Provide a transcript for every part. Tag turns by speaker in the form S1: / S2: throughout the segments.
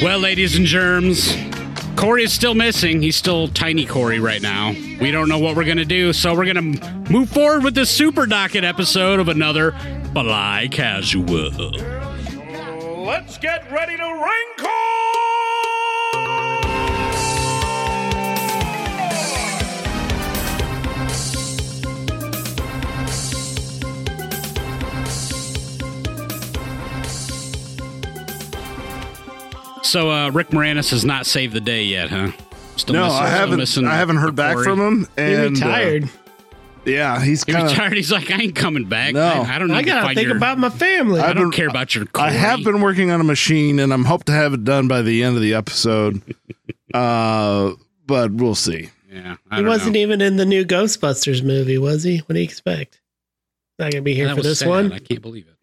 S1: Well, ladies and germs, Corey is still missing. He's still tiny Corey right now. We don't know what we're going to do, so we're going to move forward with this super docket episode of another Fly Casual.
S2: Let's get ready to wrinkle!
S1: So uh, Rick Moranis has not saved the day yet, huh? Still
S3: No,
S1: missing-
S3: I
S1: still
S3: haven't.
S1: missing
S3: I haven't heard back
S1: Corey.
S3: from him.
S4: He
S3: And, uh,
S4: retired.
S3: yeah, he's
S1: He
S3: kind of.
S1: retired. He's like, I ain't coming back.
S3: No.
S1: I, I don't. Need
S4: I
S1: to
S4: gotta
S1: fight
S4: think
S1: your,
S4: about my family.
S1: I
S3: I've
S1: don't
S3: been-
S1: care about your. Corey.
S3: I have been working on a machine, and I'm hope to have it done by the end of the episode. uh, but we'll see.
S1: Yeah, I
S4: he
S1: don't
S4: wasn't
S1: know.
S4: even in the new Ghostbusters movie, was he? What do you expect? Not gonna be here
S1: That
S4: for
S1: was
S4: this
S1: sad.
S4: one.
S1: I can't believe it.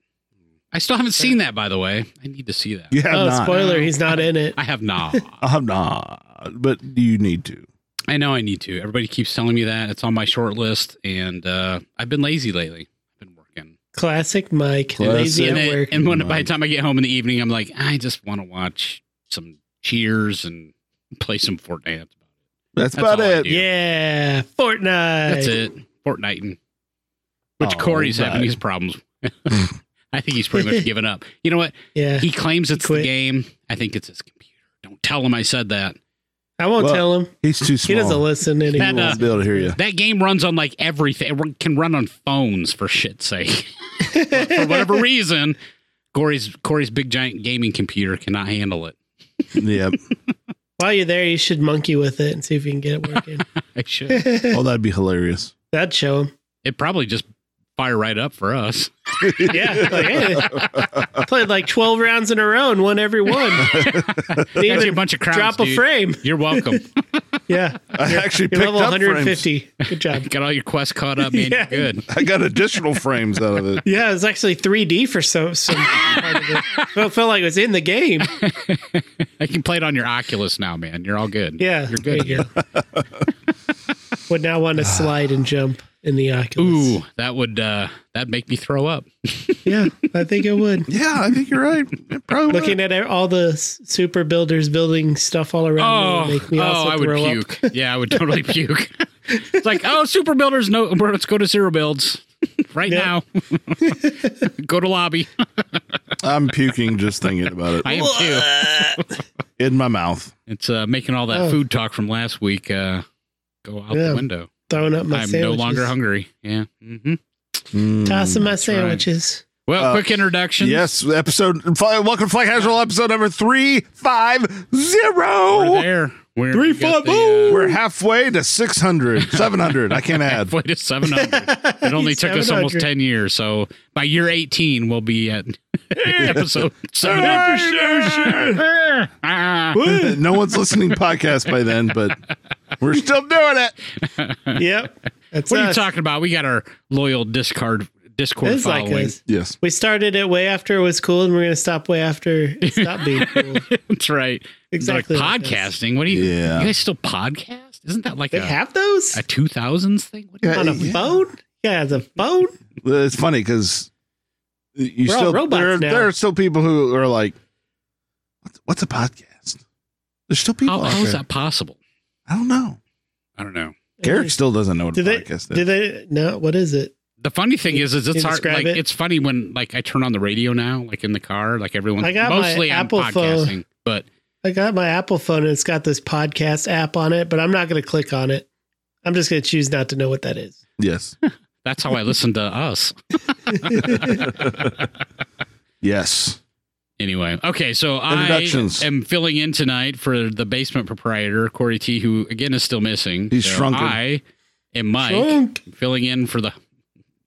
S1: I still haven't seen that, by the way. I need to see that.
S3: You have
S4: oh,
S3: not.
S4: spoiler! He's not in it.
S1: I have not.
S3: I have not. But you need to.
S1: I know I need to. Everybody keeps telling me that it's on my short list, and uh, I've been lazy lately. I've been working.
S4: Classic Mike,
S3: Classic
S4: lazy
S1: and
S4: at
S1: then-
S4: work.
S1: and when by the time I get home in the evening, I'm like, I just want to watch some Cheers and play some Fortnite.
S3: That's,
S1: That's
S3: about
S1: all I
S3: it.
S1: do.
S4: yeah, Fortnite.
S1: That's it. Fortnite. Which
S3: Oh,
S1: Corey's having
S3: right.
S1: his problems. I think he's pretty much given up. You know what?
S4: Yeah,
S1: He claims it's the
S4: quit.
S1: game. I think it's his computer. Don't tell him I said that.
S4: I won't
S3: Well,
S4: tell him.
S3: He's too
S4: He
S3: small.
S4: doesn't listen
S3: He
S1: That,
S4: anymore.
S1: uh,
S3: won't be able to hear you.
S1: That game runs on like everything. It can run on phones for shit's sake. for, for whatever reason, Corey's Corey's big giant gaming computer cannot handle it.
S3: yep.
S4: While you're there, you should monkey with it and see if you can get it working.
S1: I should.
S3: Oh, that'd be hilarious.
S4: That'd show him.
S1: It probably just fire right up for us.
S4: Yeah, like, hey, played like twelve rounds in a row and won every one. Didn't
S1: Got you a
S4: even
S1: bunch of crowns,
S4: drop a
S1: dude.
S4: frame.
S1: You're welcome.
S4: Yeah,
S3: I actually
S4: you're
S3: picked
S4: level
S3: up 150.
S4: 150. Good job.
S1: Got all your quests caught up, man.
S4: Yeah.
S1: You're good.
S3: I got additional frames out of it.
S4: Yeah, it was actually 3D for some. some part of it. Well, it felt like it was in the game.
S1: I can play it on your Oculus now, man. You're all good.
S4: Yeah,
S1: You're good.
S4: there you go. Would now want to slide and jump in the Oculus.
S1: Ooh, that would uh that'd make me throw up.
S4: Yeah, I think it would.
S3: Yeah, I think you're right. It probably would.
S4: Looking at all the s- super builders building stuff all around,
S1: Oh,
S4: me would make me
S1: oh,
S4: also
S1: I would
S4: throw up.
S1: puke. Yeah, I would totally puke. It's like, oh, super builders, no, bro, let's go to zero builds right
S4: Yeah.
S1: now. go to lobby.
S3: I'm puking just thinking about
S1: I
S3: it
S1: am too.
S3: in my mouth.
S1: It's uh, making all that
S4: Oh.
S1: food talk from last week uh, go out
S4: Yeah,
S1: the window.
S4: Throwing up my
S1: I'm no
S4: sandwiches.
S1: longer hungry. Yeah. hmm
S3: Mm.
S4: Tossing my
S1: right.
S4: sandwiches.
S1: Well,
S3: Uh,
S1: quick introduction.
S3: Yes, episode. fi- Welcome to Fly Casual, episode number three five
S1: We're
S3: zero.
S1: there. We're,
S3: Three
S1: we got
S3: five.
S1: the,
S3: oh.
S1: uh,
S3: We're halfway to 600, 700. I can't add.
S1: halfway to 700. It only took us almost
S4: 700.
S1: 10 years. So by year 18, we'll be at episode 700. Ah.
S3: no one's listening to podcasts by then, but we're still doing it.
S4: Yep. That's
S1: What are you
S4: us.
S1: talking about? We got our loyal discard Discord
S4: uh, It's like
S1: following.
S4: us.
S3: Yes.
S4: We started it way after it was cool, and we're going to stop way after it stopped being cool.
S1: That's right.
S4: Exactly
S1: Like
S4: like us.
S1: podcasting. what do you?
S3: Yeah.
S1: You guys still podcast? Isn't that like
S4: They
S1: a
S4: have those
S1: a two thousands thing? What do
S3: Yeah,
S4: on a
S3: yeah.
S4: phone. Yeah, it's a phone.
S3: It's funny because you
S4: We're all
S3: still
S4: robots
S3: there, are-
S4: now.
S3: there are still people who are like, what's, what's a podcast? There's still
S1: you-
S3: people.
S1: how,
S3: out
S1: how is
S3: there.
S1: that possible?
S3: I don't know.
S1: I don't know.
S3: Garrick still doesn't know what a
S4: Did they?
S3: podcast
S4: Did
S3: is.
S4: they? No. What is it?
S1: The funny thing is, is
S4: you
S1: it's hard.
S4: describe
S1: Like
S4: it?
S1: it's funny when like I turn on the radio now, like in the car, like everyone.
S4: I got my
S1: mostly I'm
S4: Apple phone.
S1: podcasting, but
S4: I got my Apple phone and it's got this podcast app on it, but I'm not going to click on it. I'm just going to choose not to know what that is.
S3: Yes.
S1: that's how I listen to us.
S3: Yes.
S1: Anyway, okay, so I
S3: Introductions.
S1: am filling in tonight for the basement proprietor Corey T, who again is still missing.
S3: He's
S1: so
S3: shrunken.
S1: I am Mike,
S4: Shrunk.
S1: filling in for the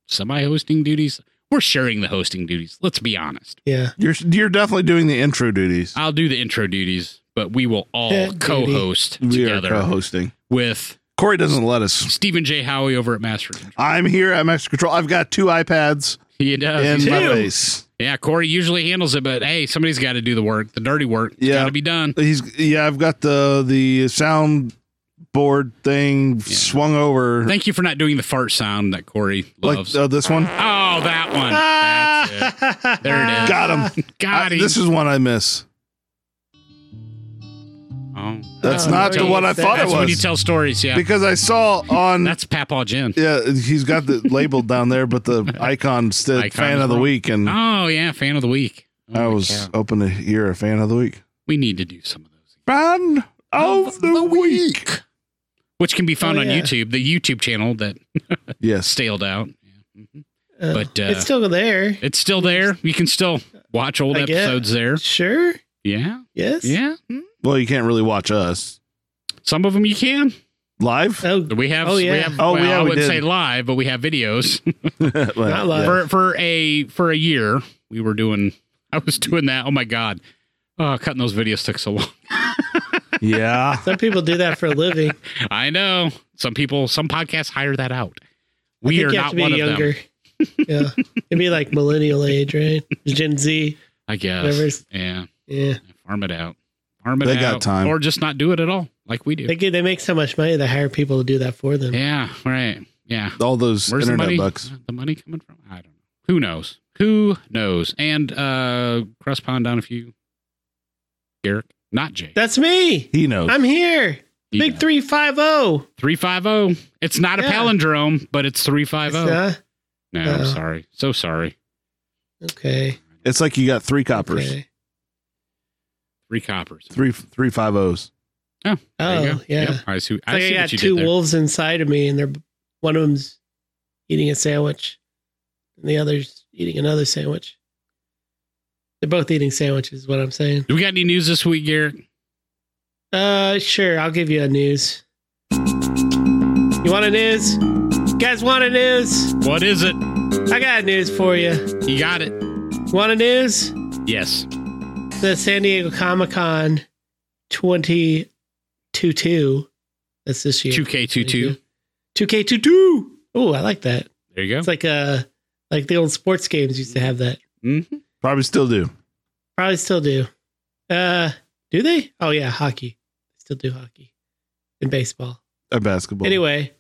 S1: semi-hosting duties. We're sharing the hosting duties. Let's be honest.
S4: Yeah.
S3: You're you're definitely doing the intro duties.
S4: Uh,
S1: I'll do the intro duties, but we will all
S4: Yeah, duty.
S1: co-host
S3: We are
S1: together
S3: co-hosting.
S1: with
S3: Corey doesn't let us.
S1: Stephen J. Howie over at Master. Control.
S3: I'm here at Master Control. I've got two iPads
S1: He does.
S3: in my
S4: Two.
S3: face.
S1: Yeah, Corey usually handles it, but hey, somebody's got to do the work, the dirty work. It's
S3: Yeah.
S1: got to be done.
S3: He's yeah. I've got the the sound board thing swung over
S1: Thank you for not doing the fart sound that Corey
S3: like
S1: loves.
S3: uh, this one.
S1: Oh, that one.
S4: Ah.
S1: That's it. There it is.
S3: Got him.
S1: Got
S3: I-
S1: him.
S3: this is one I miss.
S1: No.
S3: That's
S4: Oh,
S3: not the
S4: wait,
S3: one I
S4: that-
S3: thought
S1: That's
S3: it
S1: when you
S3: was.
S1: tell stories, yeah.
S3: because I saw on
S1: That's Papaw Jim.
S3: yeah, he's got the labeled down there, but the icon said
S1: Icon
S3: fan
S1: is
S3: of the
S1: wrong.
S3: week, and
S1: Oh, yeah, fan of the week.
S3: I Mm-hmm. was open to hear a fan of the week.
S1: We need to do some of those.
S3: Fan of, the, week.
S1: Which can be found
S4: Oh,
S1: on
S4: yeah.
S1: YouTube, the YouTube channel that
S3: Yes,
S1: staled out.
S4: Uh,
S1: But, uh,
S4: it's still there.
S1: It's still there. You can still watch old
S4: I guess. Mm-hmm.
S1: episodes there.
S4: Sure.
S1: Yeah.
S4: Yes.
S1: Yeah. Mm.
S3: well, you can't really watch us
S1: Some of them you can.
S3: live.
S4: Oh,
S1: We have,
S4: Oh, yeah.
S1: we have
S3: Oh,
S1: well,
S3: yeah,
S1: I
S3: we
S1: wouldn't
S3: did.
S1: say live, but we have videos.
S3: Well,
S4: Not live.
S3: yeah.
S1: for for a for a year we were doing i was doing that oh my god oh cutting those videos took so long
S3: Yeah.
S4: some people do that for a living.
S1: i know some people some podcasts hire that out
S4: I
S1: we
S4: think
S1: are
S4: you have
S1: not
S4: to be
S1: one of
S4: younger.
S1: them
S4: yeah. It'd be like millennial age, right? Gen Z.
S1: i guess
S4: Whatever's-
S1: yeah
S4: Yeah.
S1: farm it out farm it
S3: They
S1: out
S3: got time.
S1: or just not do it at all like we do
S4: They get, they make so much money they hire people to do that for them.
S1: yeah right yeah
S3: All those
S1: where's the
S3: internet
S1: money
S3: bucks.
S1: the money coming from i don't know who knows who knows and uh cross pond down a few Garrick, not Jake.
S4: That's me.
S3: He knows.
S4: I'm here.
S1: You
S4: Big
S1: know.
S4: three five oh. zero.
S1: 350. oh. It's not a
S4: Yeah.
S1: palindrome, but it's 350. no, I'm
S4: uh,
S1: sorry. So sorry.
S4: Okay.
S3: it's like you got three coppers,
S4: okay.
S1: Three coppers.
S3: three three five O's.
S1: Oh, there you
S4: Oh,
S1: go.
S4: yeah.
S1: Yep, I see,
S4: It's
S1: I
S4: like
S1: see
S4: I got
S1: what you did
S4: two
S1: there.
S4: wolves inside of me, and they're one of them's eating a sandwich, and the other's eating another sandwich. They're both eating sandwiches. Is what I'm saying.
S1: Do we got any news this week, Garrett?
S4: Uh, sure. I'll give you a news. You want a news? You guys want a news?
S1: What is it?
S4: I got news for you.
S1: You got it.
S4: Want a news?
S1: Yes.
S4: The San Diego Comic Con 2022. That's this year.
S1: 2K22.
S4: 2K22. Oh, I like that.
S1: There you go.
S4: It's like uh like the old sports games used to have that.
S1: Mhm.
S3: Probably still do.
S4: Probably still do. Uh do they? Oh yeah, hockey. Still do hockey. And baseball.
S3: A basketball.
S4: Anyway,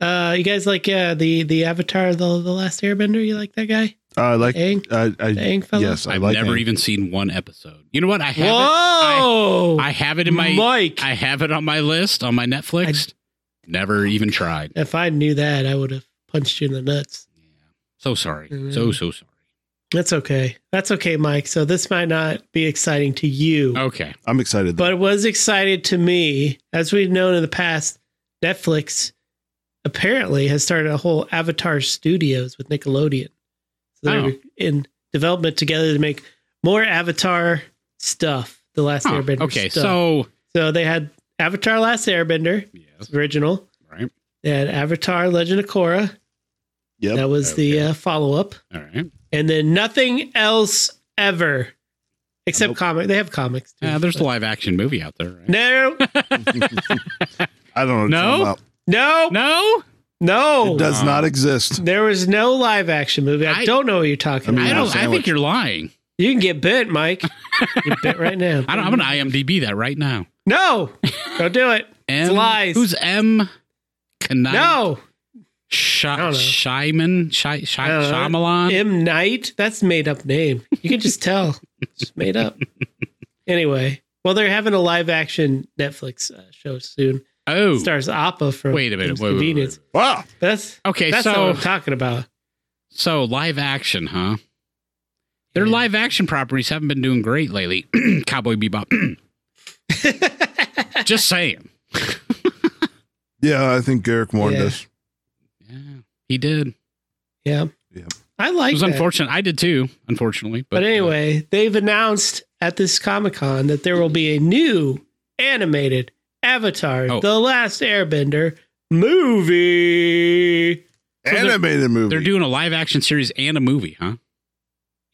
S4: uh you guys like uh the the Avatar the the last airbender? You like that guy?
S3: I like.
S4: Aang?
S3: I, I,
S4: The Aang fella?
S3: yes, I
S1: I've
S3: like.
S1: never
S3: Aang.
S1: even seen one episode. You know what? I have
S4: Whoa!
S1: it. I have it in my
S4: Mike.
S1: I have it on my list on my Netflix. never even tried.
S4: if I knew that, I would have punched you in the nuts.
S1: So sorry.
S4: Mhm.
S1: So so sorry.
S4: That's okay. That's okay, Mike. So this might not be exciting to you,
S1: Okay.
S3: I'm excited.
S4: but it was exciting to me. As we've known in the past, Netflix apparently has started a whole Avatar Studios with Nickelodeon. So they're
S1: Oh.
S4: in development together to make more Avatar stuff. The Last
S1: Huh.
S4: Airbender.
S1: Okay.
S4: stuff.
S1: So
S4: so they had Avatar: Last Airbender
S1: yes.
S4: original.
S1: Right.
S4: They had Avatar: Legend of Korra.
S3: yep.
S4: That was the
S1: Okay.
S4: uh, follow up.
S1: All right.
S4: and then nothing else ever except
S3: Nope.
S4: comic. They have comics. too.
S1: Yeah, there's a live action movie out there, right?
S4: no,
S3: I don't know.
S1: No?
S3: what you're talking
S4: no,
S1: No?
S4: no.
S3: about. It does
S1: Oh.
S3: not exist.
S4: There was no live action movie. I,
S1: I-
S4: don't know what you're talking
S3: I mean,
S1: I
S4: about.
S1: don't I
S3: sandwich.
S1: think you're lying.
S4: You can get bit, Mike. get bit right now.
S1: I don't, I'm gonna IMDb that right now.
S4: no, don't do it.
S1: M,
S4: lies.
S1: Who's M? Kanai?
S4: No,
S1: Sh-
S4: don't know.
S1: Shyman? Shy, Shy,
S4: I don't know.
S1: Shyamalan?
S4: M Night. That's a made up name. You can just tell. It's made up. Anyway, well, they're having a live action Netflix uh, show soon.
S1: oh,
S4: Stars Appa from
S1: wait a minute.
S4: Kim's
S1: Wait, wait, wait,
S4: Convenience.
S1: wait.
S3: Wow.
S4: That's
S1: Okay,
S4: that's not
S1: so
S4: what I'm talking about.
S1: so live action, huh? Their
S4: Yeah.
S1: live action properties haven't been doing great lately. Cowboy Bebop. Just saying.
S3: Yeah, I think Garrick warned
S4: Yeah.
S3: us.
S1: Yeah, he did.
S4: Yeah.
S3: Yeah.
S4: I like
S1: It was
S4: that.
S1: unfortunate. I did too, unfortunately. But,
S4: But anyway, they've announced at this Comic Con that there will be a new animated Avatar,
S1: Oh.
S4: The Last Airbender movie.
S1: So they're-
S3: Animated movie.
S1: uh, they're doing a live action series and a movie, huh?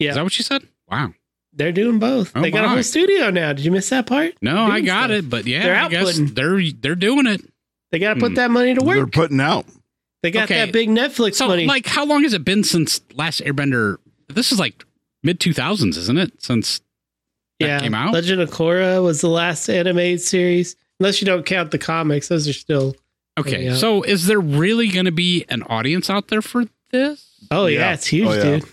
S4: Yeah.
S1: Is that what you said? Wow.
S4: They're doing both.
S1: Oh,
S4: they got a
S1: my.
S4: whole studio now. Did you miss that part?
S1: No,
S4: Doing
S1: I got
S4: stuff.
S1: it, but yeah,
S4: They're
S1: I guess
S4: outputting.
S1: they're they're doing it.
S4: They got to
S1: Hmm.
S4: put that money to
S3: They're
S4: work.
S3: putting out.
S4: They got
S1: Okay.
S4: that big Netflix
S1: So,
S4: money.
S1: like, how long has it been since last Airbender? This is like mid two thousands, isn't it? Since that
S4: yeah.
S1: came out?
S4: Legend of Korra was the last animated series. Unless you don't count the comics, those are still.
S1: okay,
S4: Yeah.
S1: so is there really going to be an audience out there for this?
S4: Oh, yeah,
S3: Yeah.
S4: it's huge,
S3: Oh, yeah.
S4: dude.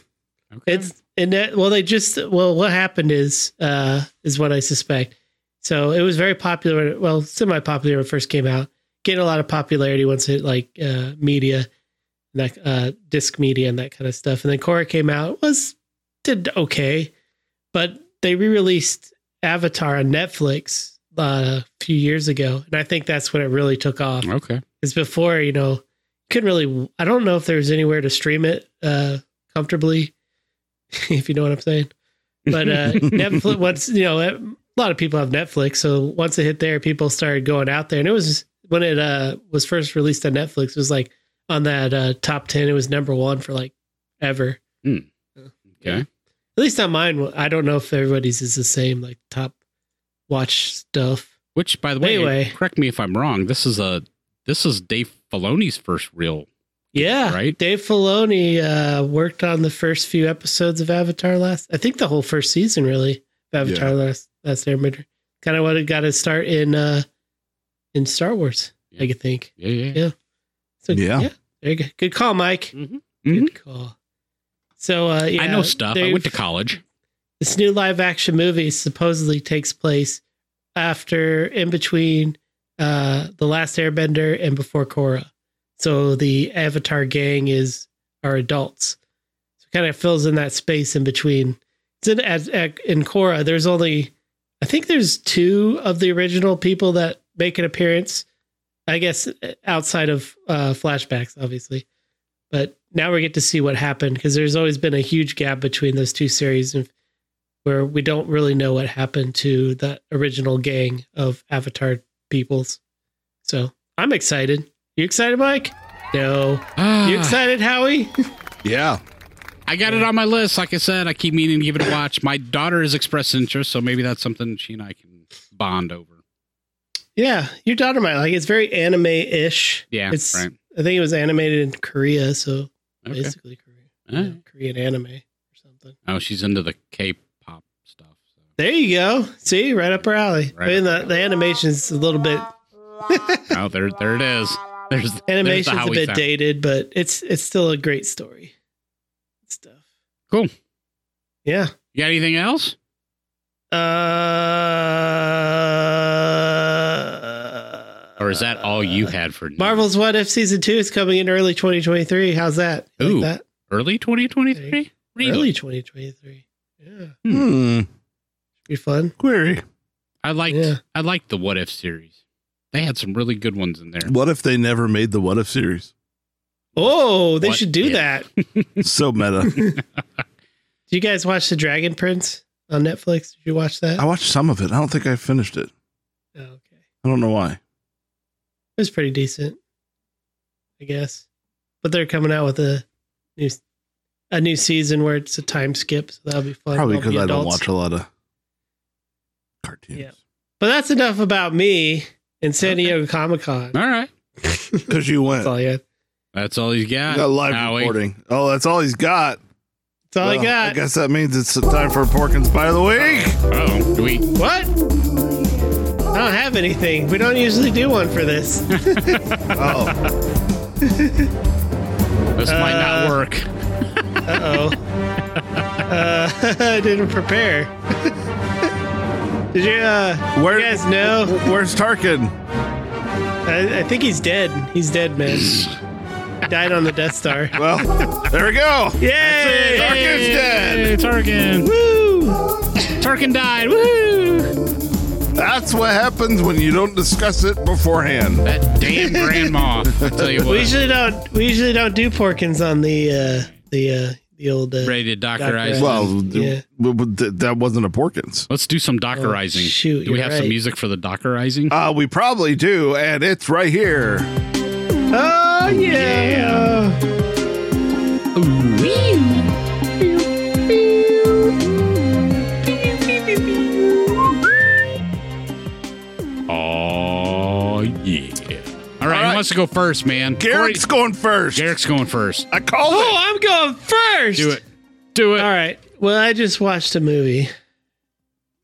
S1: Okay.
S4: It's and that well, they just well, what happened is uh is what I suspect So it was very popular. Well, semi-popular when it first came out. Gained a lot of popularity once it like uh, media, like uh, disc media and that kind of stuff. And then Korra came out was did okay, but they re-released Avatar on Netflix uh, a few years ago, and I think that's when it really took off
S1: Okay.
S4: is before you know couldn't really i don't know if there was anywhere to stream it uh comfortably if you know what i'm saying but uh netflix once you know a lot of people have netflix so once it hit there people started going out there and it was when it uh was first released on netflix it was like on that uh top 10 it was number one for like ever
S1: Hmm.
S4: Yeah.
S1: Okay.
S4: at least on mine i don't know if everybody's is the same like top watch stuff
S1: Which, by the way,
S4: Anyway.
S1: correct me if I'm wrong. This is a this is Dave Filoni's first real.
S4: Yeah,
S1: Right?
S4: Dave Filoni uh, worked on the first few episodes of Avatar last. I think the whole first season, really, of Avatar last last Airbender. Kind of what it got to start in uh, in Star Wars, I could think.
S1: Yeah, yeah.
S4: Yeah. So
S3: Yeah.
S4: there you go. Good call, Mike.
S1: Mhm.
S4: Good call. So uh, yeah,
S1: I know stuff. I
S4: they've-
S1: went to college.
S4: this new live action movie supposedly takes place after in between uh the last airbender and before korra so the avatar gang is are adults so it kind of fills in that space in between it's in, at, at, in korra there's only i think there's two of the original people that make an appearance i guess outside of uh flashbacks obviously but now we get to see what happened because there's always been a huge gap between those two series and where we don't really know what happened to that original gang of Avatar peoples. So I'm excited. You excited, Mike? No. You
S1: Ah,
S4: excited, Howie?
S3: Yeah.
S1: I got it on my list. Like I said, I keep meaning to give it a watch. My daughter has expressed interest, so maybe that's something she and I can bond over.
S4: yeah, your daughter might like. it. It's very anime-ish.
S1: Yeah,
S4: it's.
S1: right.
S4: I think it was animated in Korea, so
S1: Okay.
S4: basically Korea,
S1: All
S4: yeah,
S1: right.
S4: Korean anime or something.
S1: Oh, she's into the K-pop stuff. So.
S4: There you go. See, right up her alley.
S1: Right
S4: I mean,
S1: up
S4: the, the animation's a little bit
S1: Oh, there, there it is. There's there's the
S4: animation's a
S1: Howie
S4: bit
S1: sound.
S4: dated, but it's it's still a great story. Stuff.
S1: Cool.
S4: Yeah.
S1: You got anything else?
S4: Uh,
S1: Or is that all you had for news?
S4: Marvel's What If season two is coming in early 2023. How's that? You
S1: Ooh.
S4: that?
S1: Early 2023? Really?
S4: Early 2023. Yeah,
S3: Hmm.
S4: be fun.
S3: Query.
S1: I liked
S4: Yeah.
S1: I liked the What If series. They had some really good ones in there.
S3: What if they never made the what if series?
S4: Oh, they
S1: What
S4: should do
S1: if?
S4: that. Do
S3: So meta.
S4: you guys watch the Dragon Prince on Netflix? Did you watch that?
S3: I watched some of it. I don't think I finished it.
S4: Oh, okay, it
S3: I don't know why.
S4: was pretty decent, I guess. But they're coming out with a new a new season where it's a time skip, so that'll be fun.
S3: Probably
S4: It'll
S3: because
S4: be
S3: I don't
S4: adults.
S3: watch a lot of cartoons.
S4: Yeah. But that's enough about me and San
S1: Okay.
S4: Diego Comic Con.
S1: All right.
S3: Because you went.
S4: That's all I got.
S1: That's all he's
S3: You
S1: got.
S3: got live
S1: Howie.
S3: reporting. Oh, that's all he's got.
S4: That's all I
S3: Well,
S4: got.
S3: I guess that means it's time for Porkins Pie of the Week.
S1: Oh, do we?
S4: What? I don't have anything. We don't usually do one for this.
S3: Oh,
S1: This might
S4: Uh,
S1: not work.
S4: Uh-oh. uh I didn't prepare. Did you, uh,
S3: Where-
S4: you guys know?
S3: where's Tarkin?
S4: I, I think he's dead. He's dead, man. Died on the Death Star.
S3: Well, there we go.
S4: Yay!
S3: Tarkin's dead.
S1: Hey, Tarkin.
S4: Woo!
S1: Tarkin died. Woo!
S3: That's what happens when you don't discuss it beforehand.
S1: That damn grandma. I tell you
S4: We
S1: what.
S4: usually don't. We usually don't do Porkins on the uh, the uh, the old. Uh,
S1: Ready to
S4: Dr.
S1: doctorize.
S3: Well,
S4: Yeah.
S3: w- w- th- that wasn't a Porkins.
S1: Let's do some dockerizing.
S4: Oh, shoot,
S1: do we
S4: you're
S1: have
S4: right.
S1: some music for the dockerizing?
S3: Uh, we probably do, and it's right here.
S4: Oh yeah.
S1: Oh yeah. All right,
S3: right.
S1: who wants to go first, man?
S3: Garrick's going first.
S1: Corey- Garrick's going first.
S3: I called
S4: Oh, I'm going first.
S1: Do it. Do it.
S4: All right. Well, I just watched a movie,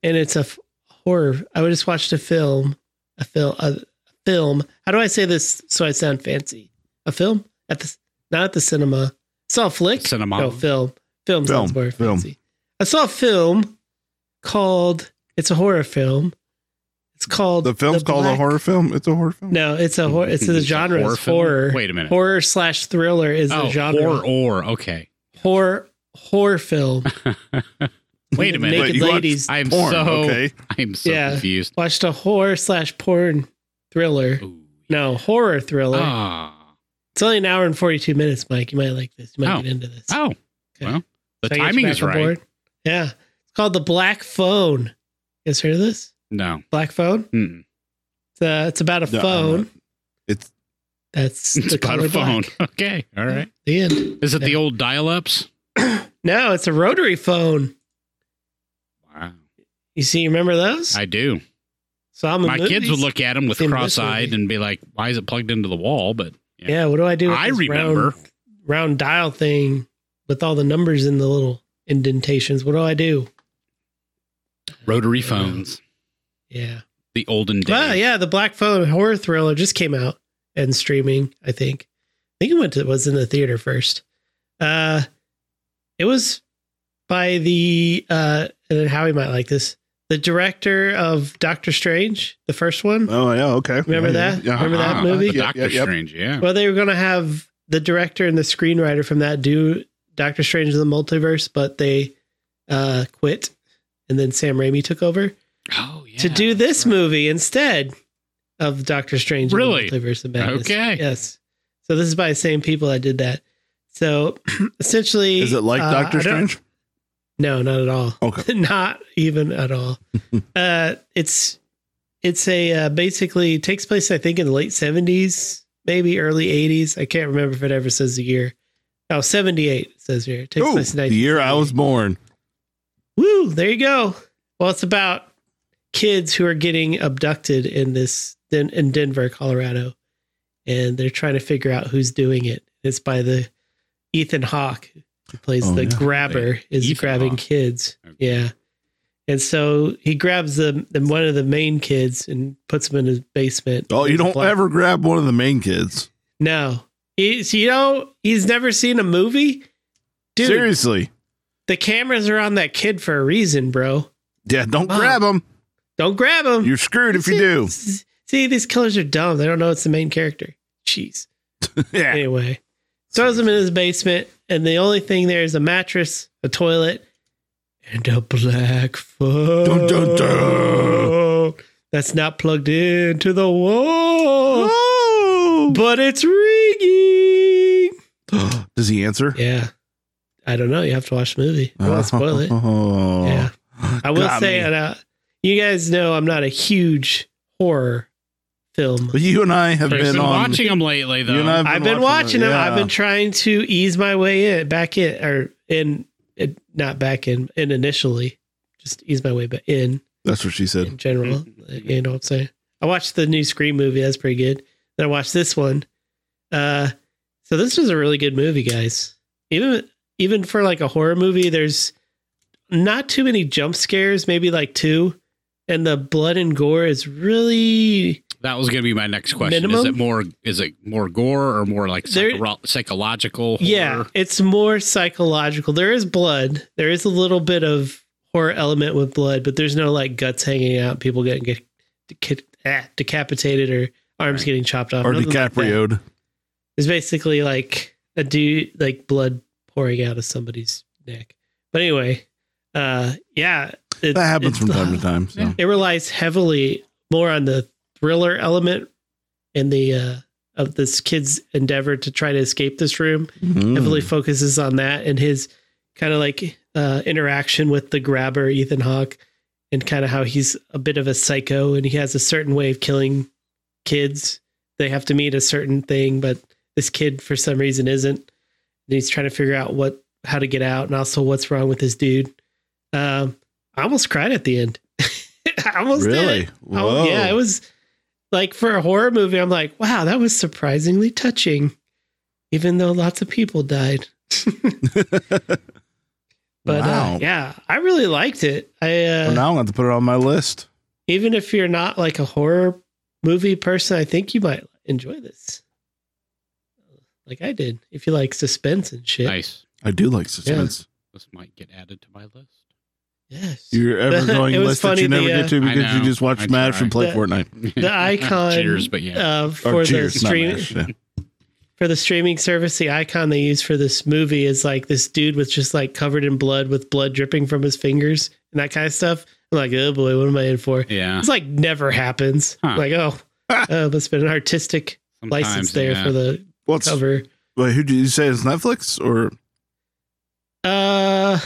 S4: and it's a f- horror. I just watched a film, a film, a film. How do I say this so I sound fancy? A film at the c- not at the cinema. Saw a flick.
S1: Cinema.
S4: No film. Film. sounds
S3: Film,
S4: more
S3: film.
S4: fancy. I saw a film called. It's a horror film It's called
S3: The film's called a
S4: Oh, Black-
S3: horror film. It's a horror film.
S4: No, it's a horror. It's a genre.
S1: horror
S4: It's
S1: film?
S4: horror.
S1: Wait a minute.
S4: Horror slash thriller is
S1: Oh,
S4: the genre.
S1: or or okay.
S4: horror horror film.
S1: Wait a minute.
S4: Naked
S3: Wait, you watched-
S4: ladies.
S1: I'm
S3: Porn,
S1: so
S3: okay.
S1: I'm so
S4: Yeah.
S1: confused.
S4: Watched a horror slash porn thriller.
S1: Ooh.
S4: No, horror thriller.
S1: Ah.
S4: It's only an hour and forty two minutes, Mike. You might like this. You might
S1: Oh.
S4: get into this.
S1: Oh. Well, the
S4: Can I get you
S1: timing
S4: back
S1: is
S4: on
S1: right.
S4: board? Yeah. It's called the Black Phone. You guys heard of this?
S1: No.
S4: Black Phone.
S1: Mm.
S4: It's, uh, it's about a
S3: No, I'm
S4: phone.
S3: not. It's-
S4: that's
S1: It's
S4: the
S1: about
S4: color
S1: a phone.
S4: black.
S1: Okay. All right.
S4: The end.
S1: Is it the
S4: Yeah.
S1: old dial-ups?
S4: No, it's a rotary phone.
S1: Wow.
S4: You see, you remember those?
S1: I do.
S4: saw 'em in
S1: My kids
S4: movies.
S1: would look at them with
S4: Seen this
S1: cross-eyed
S4: movie.
S1: and be like, "Why is it plugged into the wall?" But
S4: Yeah. what do I do? With
S1: I
S4: this
S1: remember.
S4: round, round dial thing with all the numbers in the little indentations. What do I do?
S1: Rotary phones,
S4: Yeah.
S1: the olden days.
S4: Well, yeah, the Black Phone horror thriller just came out and streaming. I think. I think it went to was in the theater first. Uh, it was by the uh, and then Howie might like this. The director of Doctor Strange, the first one.
S3: Oh yeah, okay.
S4: Remember
S3: Yeah,
S4: that?
S3: Yeah.
S4: Remember that
S1: Ah,
S4: movie?
S1: The
S3: Yep,
S1: Doctor
S3: yep, yep.
S1: Strange. Yeah.
S4: Well, they were going to have the director and the screenwriter from that do Doctor Strange in the Multiverse, but they uh, quit, and then Sam Raimi took over
S1: oh yeah.
S4: to do this movie instead of Doctor Strange in
S1: Really?
S4: the Multiverse of Madness.
S1: Okay.
S4: yes. So this is by the same people that did that. So essentially,
S3: Is it like
S4: uh,
S3: Doctor
S4: I don't-
S3: Strange?
S4: no, not at all.
S3: Okay.
S4: not even at all. uh, it's it's a uh, basically it takes place I think in the late seventies, maybe early eighties. I can't remember if it ever says the year. Oh, 78 it says here. It takes
S3: Ooh,
S4: place in
S3: the year I was born.
S4: Woo! There you go. Well, it's about kids who are getting abducted in this Den- in Denver, Colorado, and they're trying to figure out who's doing it. It's by the Ethan Hawke, who plays
S3: Oh,
S4: the
S3: yeah.
S4: grabber, is
S1: Ethan
S4: grabbing
S1: Hawke.
S4: kids.
S1: Okay.
S4: Yeah, and so he grabs the, the one of the main kids and puts him in his basement.
S3: Oh, you
S4: He's
S3: don't
S4: black-
S3: ever grab one of the main kids.
S4: No, he's you know he's never seen a movie. Dude,
S3: Seriously.
S4: the cameras are on that kid for a reason, bro.
S3: Yeah, don't
S4: Wow.
S3: grab them.
S4: Don't grab him.
S3: You're screwed if you do.
S4: See, see, these killers are dumb. They don't know it's the main character. Jeez.
S3: Yeah.
S4: Anyway, throws him in his basement, and the only thing there is a mattress, a toilet, and a black phone.
S3: Dun, dun, dun.
S4: That's not plugged into the wall,
S3: Oh.
S4: but it's ringing.
S3: Does he answer?
S4: Yeah. I don't know. You have to watch the movie. I won't spoil it.
S3: Oh.
S4: Yeah. I will
S3: Got
S4: say,
S3: me.
S4: and, uh, you guys know I'm not a huge horror film
S3: But you and I have
S1: I've been,
S3: been, on.
S1: watching them lately, though.
S3: You and I have
S4: I've been watching them. I've
S3: yeah.
S4: been trying to ease my way in, back in, or in, it- not back in, in initially, just ease my way, but in
S3: That's what she said.
S4: in general. you know what I'm saying? I watched the new Scream movie. That's pretty good. Then I watched this one. Uh, so this was a really good movie, guys. Even even for like a horror movie, there's not too many jump scares. Maybe like two, and the blood and gore is really
S1: that was going to be my next question. Is
S4: Minimum?
S1: it more? Is it more gore or more like
S4: There-
S1: psychoro- psychological?
S4: Yeah,
S1: horror?
S4: it's more psychological. There is blood. There is a little bit of horror element with blood, but there's no like guts hanging out, people getting get, deca- ah, decapitated or arms getting chopped off.
S3: Or
S4: nothing like that.
S3: DiCaprio.
S4: It's basically like a dude like blood pouring out of somebody's neck. But anyway, uh yeah, it,
S3: that happens
S4: it-
S3: from time to time. So.
S4: It relies heavily more on the thriller element and the uh of this kid's endeavor to try to escape this room
S3: Mm-hmm.
S4: heavily focuses on that and his kind of like uh, interaction with the grabber Ethan Hawke and kind of how he's a bit of a psycho and he has a certain way of killing kids. They have to meet a certain thing, but this kid for some reason isn't. And he's trying to figure out what how to get out and also what's wrong with this dude. Um, I almost cried at the end. I almost did it.
S3: Really?
S4: I was- Oh, yeah, it was like for a horror movie, I'm like, wow, that was surprisingly touching, even though lots of people died. But uh,
S3: wow.
S4: yeah, I really liked it. I uh,
S3: Well, now I'm going to put it on my list.
S4: even if you're not like a horror movie person, I think you might enjoy this. Like I did, if you like suspense and shit.
S1: Nice.
S3: I do like suspense.
S1: This might get added to my list.
S4: Yes.
S3: You're ever going
S4: It was
S3: list that you
S4: funny,
S3: never
S4: the,
S3: get to
S1: uh, I
S3: because you
S1: know.
S3: just watch
S1: I
S3: Smash
S1: try.
S3: and play
S4: The-
S3: Fortnite.
S4: the icon
S1: cheers, but yeah.
S4: uh,
S3: Or
S4: for
S3: Oh, Cheers,
S4: the
S3: not
S4: stream
S3: Mash, yeah.
S4: for the streaming service, the icon they use for this movie is like this dude with just like covered in blood with blood dripping from his fingers and that kind of stuff. I'm like, oh boy, what am I in for?
S1: yeah.
S4: It's like never happens.
S1: Huh.
S4: Like, oh, uh, must have been an artistic
S1: Sometimes,
S4: license there
S1: yeah.
S4: for the
S3: What's
S4: cover.
S3: wait, who did you say it's Netflix or
S4: Uh,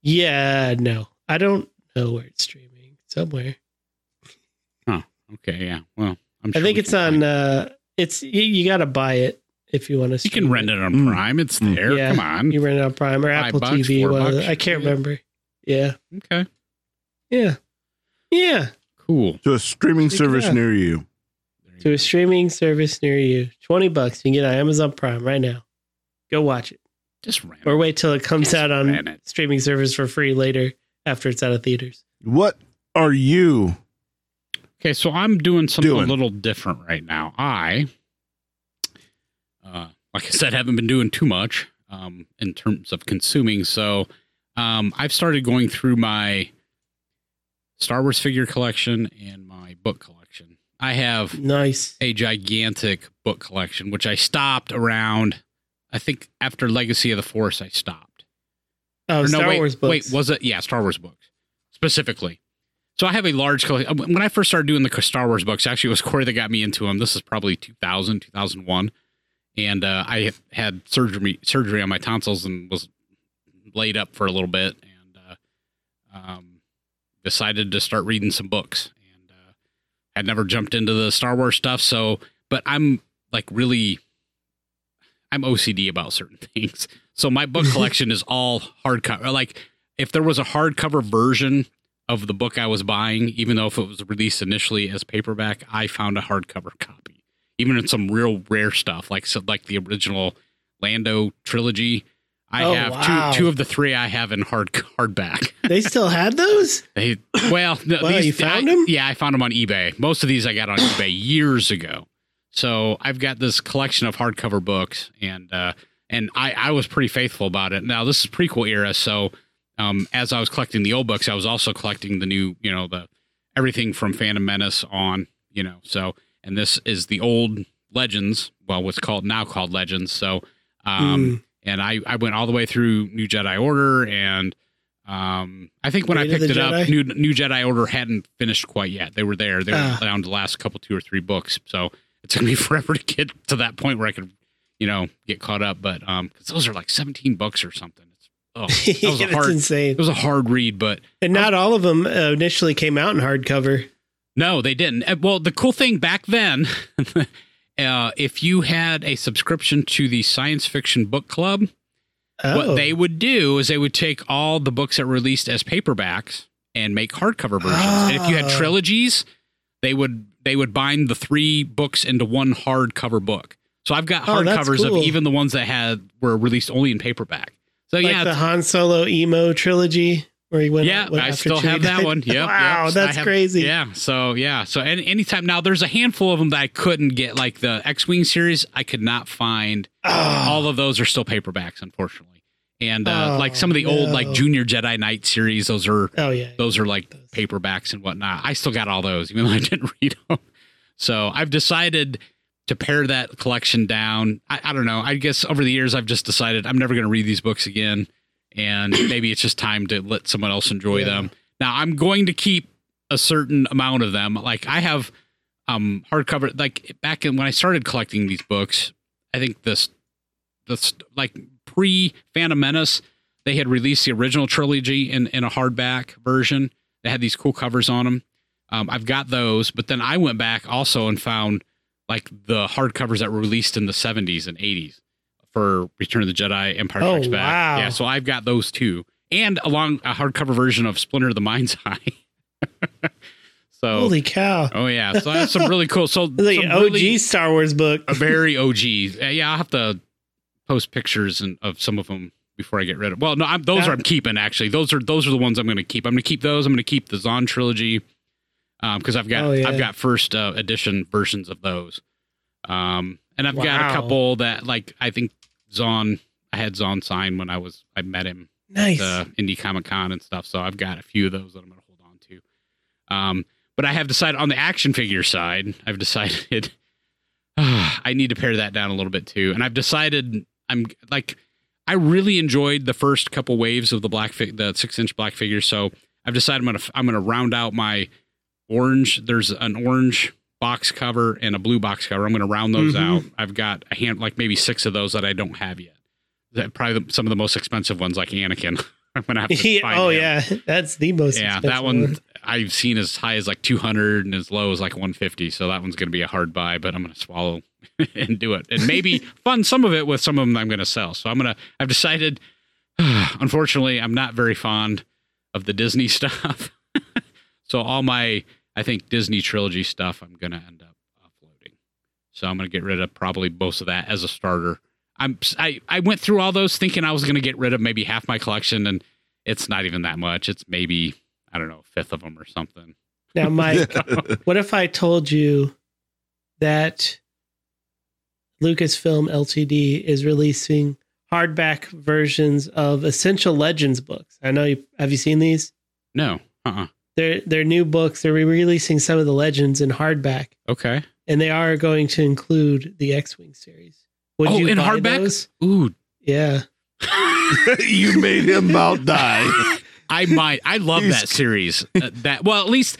S4: yeah, no, I don't know where it's streaming. Somewhere,
S1: Okay, yeah. Well, I'm
S4: I
S1: sure
S4: think
S1: we
S4: it's
S1: can
S4: on.
S1: find-
S4: Uh, it's you, you got to buy it if you want to.
S1: you can rent it on
S3: Mm.
S1: Prime. It's
S3: Mm.
S1: there.
S4: Yeah.
S1: Come on.
S4: You rent it on Prime or
S1: Five
S4: Apple
S1: bucks,
S4: TV.
S1: four
S4: One of the,
S1: bucks,
S4: I can't
S1: yeah.
S4: remember. Yeah,
S1: Okay.
S4: yeah, yeah.
S1: Cool.
S3: to a streaming
S4: Check it
S3: service
S4: out.
S3: near you?
S4: To a streaming service near you, twenty bucks. You can get it on Amazon Prime right now. Go watch it,
S1: Just rent.
S4: or wait till it comes
S1: Just
S4: out
S1: rent
S4: on
S1: it.
S4: streaming service for free later after it's out of theaters.
S3: What are you?
S1: Okay, so I'm doing something
S3: Doing.
S1: a little different right now. I, uh, like I said, haven't been doing too much um, in terms of consuming. So um, I've started going through my Star Wars figure collection and my book collection. I have
S4: Nice.
S1: a gigantic book collection, which I stopped around, I think after Legacy of the Force, I stopped.
S4: Oh,
S1: Or no,
S4: Star
S1: wait,
S4: Wars books.
S1: Wait, was it? Yeah, Star Wars books specifically. So I have a large collection. Uh, When I first started doing the Star Wars books, actually, it was Corey that got me into them. This is probably 2000, 2001. And uh, I have had surgery surgery on my tonsils and was laid up for a little bit and uh, um, decided to start reading some books. And uh, I'd never jumped into the Star Wars stuff. So, but I'm like really, I'm OCD about certain things. So my book collection is all hardcover. Like if there was a hardcover version of the book I was buying, even though if it was released initially as paperback, I found a hardcover copy. Even in some real rare stuff, like so, like the original Lando trilogy, I
S4: Oh,
S1: have
S4: wow.
S1: two two of the three I have in hard hardback.
S4: they still had those?
S1: They, well, no,
S4: Wow,
S1: these,
S4: you found
S1: I-
S4: 'em?
S1: Yeah, I found them on eBay. Most of these I got on eBay years ago. So I've got this collection of hardcover books, and uh, and I, I was pretty faithful about it. Now this is prequel era, so um, as I was collecting the old books, I was also collecting the new, you know, the everything from Phantom Menace on, you know. So and this is the old Legends, well, what's called now called Legends. So
S4: Hmm.
S1: um, and I, I went all the way through New Jedi Order, and um, I think when
S4: Rate
S1: I
S4: of the
S1: picked it up,
S4: Jedi?
S1: New, New Jedi Order hadn't finished quite yet. They were there. They were
S4: Ah.
S1: down to the last couple, two or three books. So it took me forever to get to that point where I could, you know, get caught up. But um, because those are like seventeen books or something. It's oh, that was a
S4: Hmm. That's
S1: hard.
S4: insane.
S1: It was a hard read, but
S4: And not all of them uh, initially came out in hardcover.
S1: No, they didn't. Uh, Well, the cool thing back then, uh, if you had a subscription to the science fiction book club,
S4: Oh,
S1: what they would do is they would take all the books that were released as paperbacks and make hardcover versions. And if you had
S4: Ah.
S1: trilogies, they would they would bind the three books into one hardcover book. So I've got
S4: Oh, that's
S1: hardcovers
S4: cool.
S1: of even the ones that had were released only in paperback. So
S4: like
S1: oh, yeah,
S4: the
S1: it's-
S4: Han Solo emo trilogy where he went.
S1: yeah,
S4: went
S1: I
S4: after
S1: still
S4: Chewie
S1: have that
S4: died.
S1: one. Yep,
S4: wow,
S1: yep. I
S4: that's
S1: have-
S4: crazy.
S1: Yeah. So yeah. So any, anytime now, there's a handful of them that I couldn't get, like the X-wing series. I could not find.
S4: Oh,
S1: All of those are still paperbacks, unfortunately. And uh,
S4: Oh,
S1: like some of the old like
S4: no.
S1: Junior Jedi Knight series, those are
S4: oh yeah.
S1: those are like
S4: Those.
S1: paperbacks and whatnot. I still got all those, even though I didn't read them. So I've decided to pare that collection down. I, I don't know. I guess over the years, I've just decided I'm never going to read these books again. And maybe it's just time to let someone else enjoy
S4: Yeah.
S1: them. Now, I'm going to keep a certain amount of them. Like I have um hardcover, like back in when I started collecting these books, I think this, this like pre Phantom Menace, they had released the original trilogy in, in a hardback version. They had these cool covers on them. Um, I've got those, but then I went back also and found like the hardcovers that were released in the 70s and 80s for Return of the Jedi, Empire
S4: Oh,
S1: Strikes Back.
S4: wow.
S1: Yeah, so I've got those too, and along a hardcover version of Splinter of the Mind's Eye. so,
S4: Holy cow!
S1: oh yeah, so I have some really cool. So
S4: Like
S1: some
S4: OG
S1: really-
S4: Star Wars book.
S1: a very OG. Uh, Yeah, I'll have to post pictures and of some of them before I get rid of. Well, no, I'm, those
S4: Yeah.
S1: are I'm keeping actually. Those are those are the ones I'm going to keep. I'm going to keep those. I'm going to keep the Zon trilogy because I've got
S4: Oh, yeah.
S1: I've got first uh, edition versions of those, um, and I've got a
S4: Wow.
S1: couple that like I think Zon. I had Zon sign when I was I met him
S4: Nice.
S1: the Indie Comic Con and stuff. So I've got a few of those that I'm going to hold on to. Um, but I have decided on the action figure side, I've decided I need to pare that down a little bit too. And I've decided I'm like, I really enjoyed the first couple waves of the black, fig- the six inch black figure. So I've decided I'm going to, I'm going to round out my orange. There's an orange box cover and a blue box cover. I'm going to round those
S4: Mhm.
S1: out. I've got a hand, like maybe six of those that I don't have yet. That probably the- some of the most expensive ones, like Anakin. I'm gonna have to.
S4: Yeah,
S1: find
S4: oh
S1: him.
S4: yeah, that's the most.
S1: yeah.
S4: expensive
S1: That one I've seen as high as like 200 and as low as like 150. So that one's gonna be a hard buy, but I'm gonna swallow and do it, and maybe fund some of it with some of them I'm gonna sell. So I'm gonna. I've decided. unfortunately, I'm not very fond of the Disney stuff. so all my, I think Disney trilogy stuff, I'm gonna end up offloading. So I'm gonna get rid of probably both of that as a starter. I'm I, I went through all those thinking I was gonna get rid of maybe half my collection, and it's not even that much. It's maybe I don't know a fifth of them or something.
S4: Now, Mike, what if I told you that Lucasfilm Ltd is releasing hardback versions of Essential Legends books? I know you have you seen these?
S1: No. Uh. uh
S4: They're they're new books. They're re-releasing some of the legends in hardback,
S1: Okay.
S4: and they are going to include the X-wing series. Would
S1: oh,
S4: you
S1: in
S4: buy
S1: hardback.
S4: those?
S1: Ooh.
S4: Yeah.
S3: you made him about die.
S1: I might. I love
S3: He's-
S1: that series. Uh, that well, at least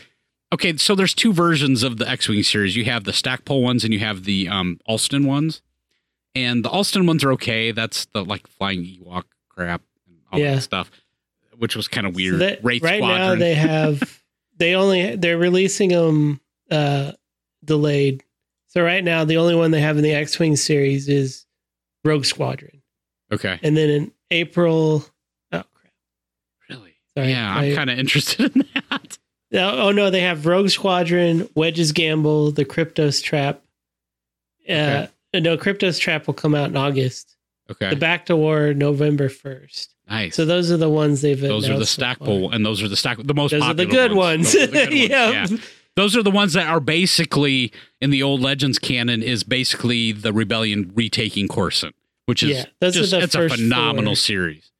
S1: okay. So there's two versions of the X-wing series. You have the Stackpole ones, and you have the um, Alston ones. And the Alston ones are okay. That's the like flying Ewok crap and all
S4: Yeah.
S1: that stuff, which was kind of
S4: So
S1: weird.
S4: that-
S1: Wraith
S4: right now
S1: Squadron.
S4: they have they only they're releasing them uh delayed. So right now the only one they have in the X-wing series is Rogue Squadron,
S1: okay.
S4: and then in April. Oh crap!
S1: Really?
S4: Sorry,
S1: yeah,
S4: I-
S1: I'm kind of interested in that.
S4: Oh, oh, no, they have Rogue Squadron, Wedge's Gamble, the Cryptos Trap. Uh,
S1: Okay.
S4: no, Cryptos Trap will come out in August.
S1: Okay.
S4: The Back to War November first.
S1: nice.
S4: So those are the ones they've.
S1: those are the
S4: announced so far.
S1: Stackpole, and those are the stack. The most
S4: Those are the
S1: popular
S4: good ones.
S1: Those are the good ones,
S4: yeah.
S1: Those are the ones that are basically in the old Legends canon is basically the rebellion retaking Coruscant, which is
S4: Yeah, those are
S1: just
S4: the
S1: it's a
S4: first
S1: phenomenal
S4: four.
S1: series.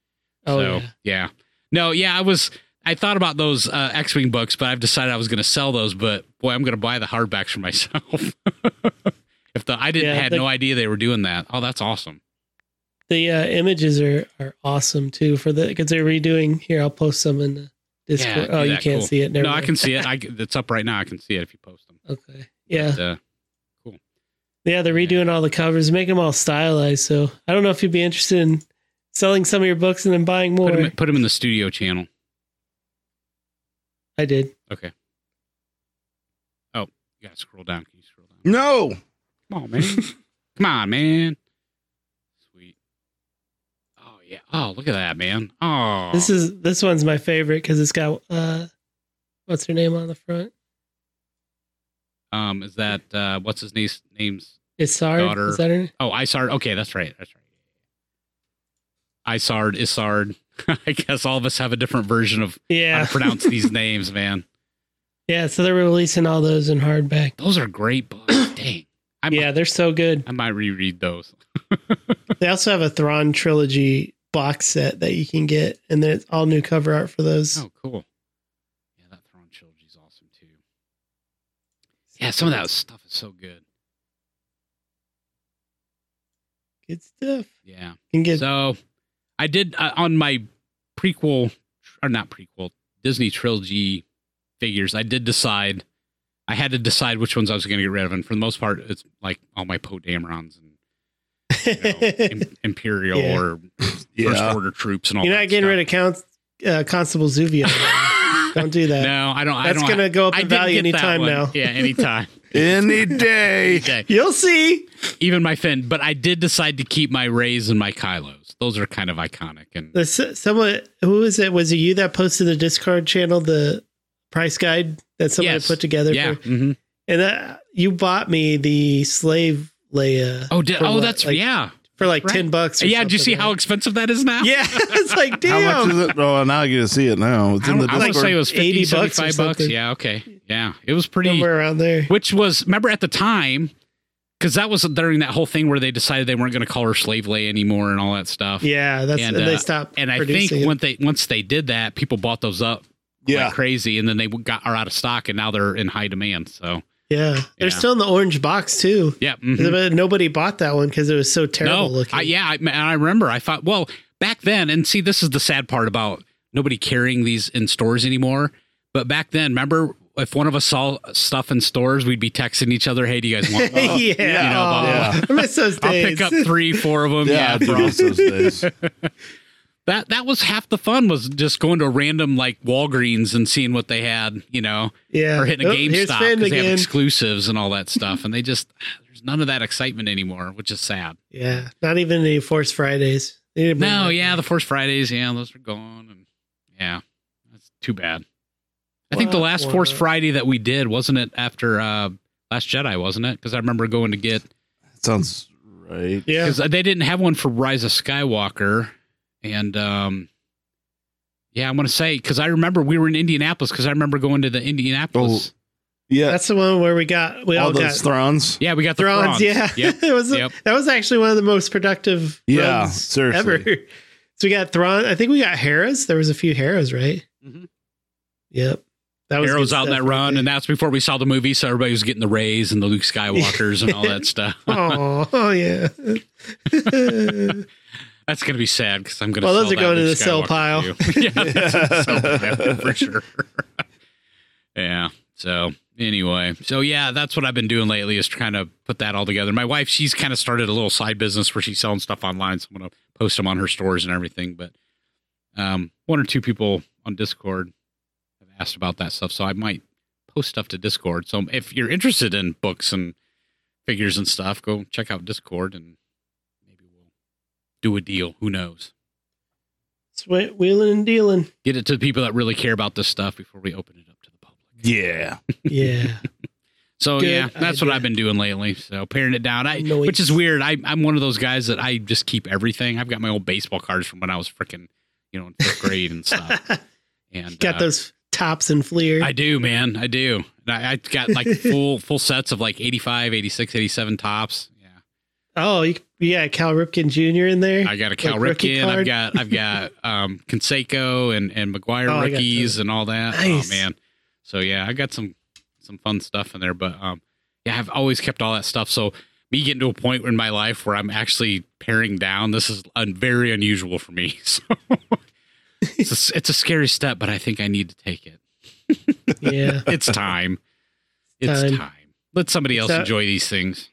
S4: Oh
S1: so,
S4: yeah.
S1: No, yeah, I was I thought about those uh, X-wing books, but I've decided I was going to sell those. But boy, I'm going to buy the hardbacks for myself. if the I didn't
S4: Yeah,
S1: had
S4: the-
S1: no idea they were doing that. Oh, that's awesome.
S4: The uh, images are are awesome too for the because they're redoing. Here, I'll post some in the Discord.
S1: do
S4: oh, you
S1: that.
S4: can't
S1: Cool.
S4: see it. Never
S1: no, I
S4: mind.
S1: can see it. I, can- it's up right now. I can see it if you post them.
S4: Okay. Yeah,
S1: But, uh,
S4: yeah. They're redoing all the covers, make them all stylized. So I don't know if you'd be interested in selling some of your books and then buying more.
S1: put them put them in the studio channel.
S4: I did.
S1: Okay. Oh, you gotta scroll down. Can you scroll down?
S3: No.
S1: Come on, man. Come on, man. Sweet. Oh yeah. Oh, look at that, man. Oh,
S4: This is this one's my favorite because it's got uh, what's her name on the front?
S1: um, is that uh, what's his niece name's?
S4: Isard.
S1: Daughter.
S4: Is that her?
S1: Oh, Isard. Okay, that's right. That's right. Isard, Isard. I guess all of us have a different version of how
S4: Yeah.
S1: to pronounce these names, man.
S4: Yeah. So they're releasing all those in hardback.
S1: Those are great books. Dang. I might,
S4: Yeah, they're so good.
S1: I might reread those.
S4: They also have a Thrawn trilogy box set that you can get, and then it's all new cover art for those.
S1: Oh, cool. Yeah, that Thrawn trilogy is awesome too. Yeah, some of that stuff is so good.
S4: Good stuff.
S1: Yeah.
S4: You can get
S1: So I did uh, on my prequel or not prequel Disney trilogy figures. I did decide I had to decide which ones I was going to get rid of, and for the most part, it's like all my Poe Damerons and you know, Im- Imperial
S4: Yeah.
S1: or First
S3: Yeah.
S1: Order troops and all.
S4: You're
S1: that
S4: not getting
S1: stuff.
S4: rid of Count uh, Constable Zuvio. don't do that.
S1: No, I don't. I
S4: That's
S1: don't.
S4: gonna go up
S1: I
S4: in
S1: didn't
S4: value
S1: get that
S4: anytime
S1: one.
S4: now.
S1: Yeah, anytime.
S3: Any day.
S1: okay.
S4: You'll see.
S1: Even my Finn, but I did decide to keep my Rays and my Kylos. Those are kind of iconic and
S4: The, someone who is it? Was it you that posted the Discord channel the price guide that somebody
S1: Yes.
S4: put together?
S1: yeah.
S4: For,
S1: mhm.
S4: and that, you bought me the slave Leia
S1: Oh, did,
S4: For
S1: oh,
S4: what?
S1: that's
S4: Like,
S1: yeah,
S4: for like
S1: right.
S4: ten bucks. Or
S1: Uh, yeah. Do you see
S4: something,
S1: how
S4: right?
S1: expensive that is now?
S4: Yeah, it's like
S3: How much
S4: damn.
S3: is it? Oh, now I get to see it now. It's
S1: I
S3: in the
S1: don't- I want to say it
S3: Discord.
S1: was 50,
S4: 80 bucks or
S1: 75 bucks.
S4: something.
S1: Yeah, okay, yeah. It was pretty.
S4: Somewhere around there.
S1: Which was remember at the time, because that was during that whole thing where they decided they weren't going to call her Slave Leia anymore and all that stuff.
S4: Yeah, that's
S1: And,
S4: and they
S1: uh,
S4: stopped.
S1: And I think
S4: producing it.
S1: when they once they did that, people bought those up
S3: Yeah.
S1: like crazy, and then they got are out of stock, and now they're in high demand. So
S4: yeah,
S1: Yeah.
S4: they're still in the orange box too.
S1: yeah, mhm.
S4: But nobody bought that one because it was so terrible
S1: no,
S4: looking.
S1: I, yeah, I, and I remember I thought, well, back then, and see, this is the sad part about nobody carrying these in stores anymore. But back then, remember if one of us saw stuff in stores, we'd be texting each other, "Hey, do Oh, you guys want?" one?"
S4: yeah,
S3: you know,
S4: Aw, I miss those
S1: I'll
S4: days.
S1: pick up three, four of them.
S3: Yeah,
S1: Yeah,
S3: I did
S1: bro.
S3: miss those days.
S1: that that was half the fun was just going to a random like Walgreens and seeing what they had, you know,
S4: Yeah.
S1: or hitting a
S4: Oh, here's
S1: GameStop
S4: Finn
S1: because they have
S4: again.
S1: exclusives and all that stuff, and they just there's none of that excitement anymore, which is sad.
S4: Yeah, not even any Force Fridays. They didn't bring
S1: No,
S4: that
S1: yeah,
S4: back.
S1: the Force Fridays, yeah, those are gone, and yeah, that's too bad. I think the
S4: Wah,
S1: last
S4: wah.
S1: Force Friday that we did wasn't it after uh Last Jedi, wasn't it? Because I remember going to get
S3: Sounds right.
S4: yeah.
S1: because they didn't have one for Rise of Skywalker, and um, yeah, I'm gonna say because I remember we were in Indianapolis because I remember going to the Indianapolis.
S3: Yeah.
S4: That's the one where we got we all,
S3: all
S4: got
S3: those Thrones.
S1: Yeah, we got the
S4: Thrones,
S1: prawns.
S4: yeah.
S1: Yep.
S4: it was
S1: Yep.
S4: that was actually one of the most productive
S3: Yeah,
S4: runs
S3: seriously.
S4: ever. So we got Thrawn. I think we got Harris. There was a few Harrows, right?
S1: Mhm.
S4: Yep. That good
S1: Arrows out
S4: stuff
S1: that
S4: right
S1: run,
S4: there.
S1: and that's before we saw the movie, so everybody was getting the rays and the Luke Skywalkers and all that stuff.
S4: oh, oh yeah.
S1: That's gonna be sad because I'm gonna.
S4: Well, those
S1: sell
S4: are
S1: that
S4: going to
S1: Luke
S4: the sell
S1: Skywalker
S4: pile.
S1: to you. yeah, that's in the sell pile, for sure. yeah. So anyway, so yeah, that's what I've been doing lately is trying to put that all together. My wife, she's kind of started a little side business where she's selling stuff online, so I'm gonna post them on her stores and everything. But um, one or two people on Discord have asked about that stuff, so I might post stuff to Discord. So if you're interested in books and figures and stuff, go check out Discord and maybe we'll do a deal. Who knows?
S4: It's whe- wheeling and dealing.
S1: Get it to the people that really care about this stuff before we open it up to the public.
S3: Yeah.
S4: Yeah.
S1: So
S4: Good
S1: yeah, that's what
S4: idea.
S1: I've been doing lately. So paring it down, I,
S4: Nice.
S1: which is weird. I, I'm one of those guys that I just keep everything. I've got my old baseball cards from when I was freaking, you know, in fifth grade and stuff. And
S4: got
S1: uh,
S4: those tops and fleer.
S1: I do, man. I do. And I, I got like full full sets of like 85, 86, 87 tops. Yeah,
S4: oh, you, yeah, Cal Ripken Jr. in there.
S1: I got a Cal
S4: Like rookie
S1: Ripken. I've
S4: card?
S1: got I've got um Conseco and and McGuire
S4: Oh, I got
S1: rookies
S4: those.
S1: and all that.
S4: Nice.
S1: Oh man. So yeah, I got some some fun stuff in there, but um yeah, I've always kept all that stuff. So me getting to a point in my life where I'm actually paring down, this is un- very unusual for me. So it's a, it's a scary step, but I think I need to take it.
S4: yeah.
S1: It's time. It's time.
S4: Time.
S1: Let somebody else
S4: It's a-
S1: enjoy these things.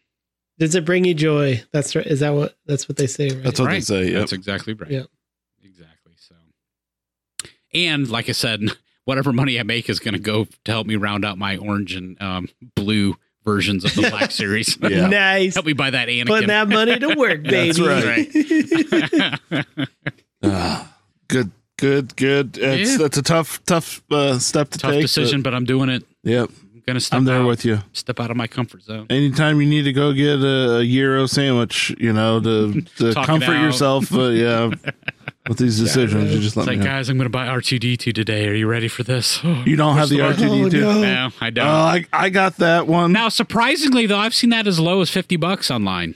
S4: Does it bring you joy? That's right. Is that what? That's what they say. Right?
S3: That's what they
S1: Right.
S3: say. Yep.
S1: That's exactly right.
S4: Yep.
S1: Exactly. So, and like I said, whatever money I make is going to go to help me round out my orange and um, blue versions of the Black Series.
S3: Yeah.
S4: Nice.
S1: help me buy that Anakin.
S4: Putting that money to work, baby.
S3: That's Ah, good. Good. Good. It's
S1: Yeah.
S3: that's a tough, tough uh, step to
S1: Tough
S3: take. but-
S1: decision, but I'm doing it.
S3: Yep.
S1: I'm going to step
S3: I'm there
S1: out,
S3: with you.
S1: step out of my comfort zone.
S3: Anytime you need to go get a, a gyro sandwich, you know, to, to
S1: Talk it
S3: comfort
S1: out.
S3: yourself. Uh, yeah. With these decisions, you just let
S1: It's like, uh,
S3: me know.
S1: guys, I'm going to buy R2D2 today. Are you ready for this?
S3: You don't have the
S1: We're
S3: R
S1: still-
S3: two D two.
S4: Oh,
S3: Oh,
S4: no.
S1: No, I don't.
S3: I I got that one.
S1: Now, surprisingly, though, I've seen that as low as fifty bucks online.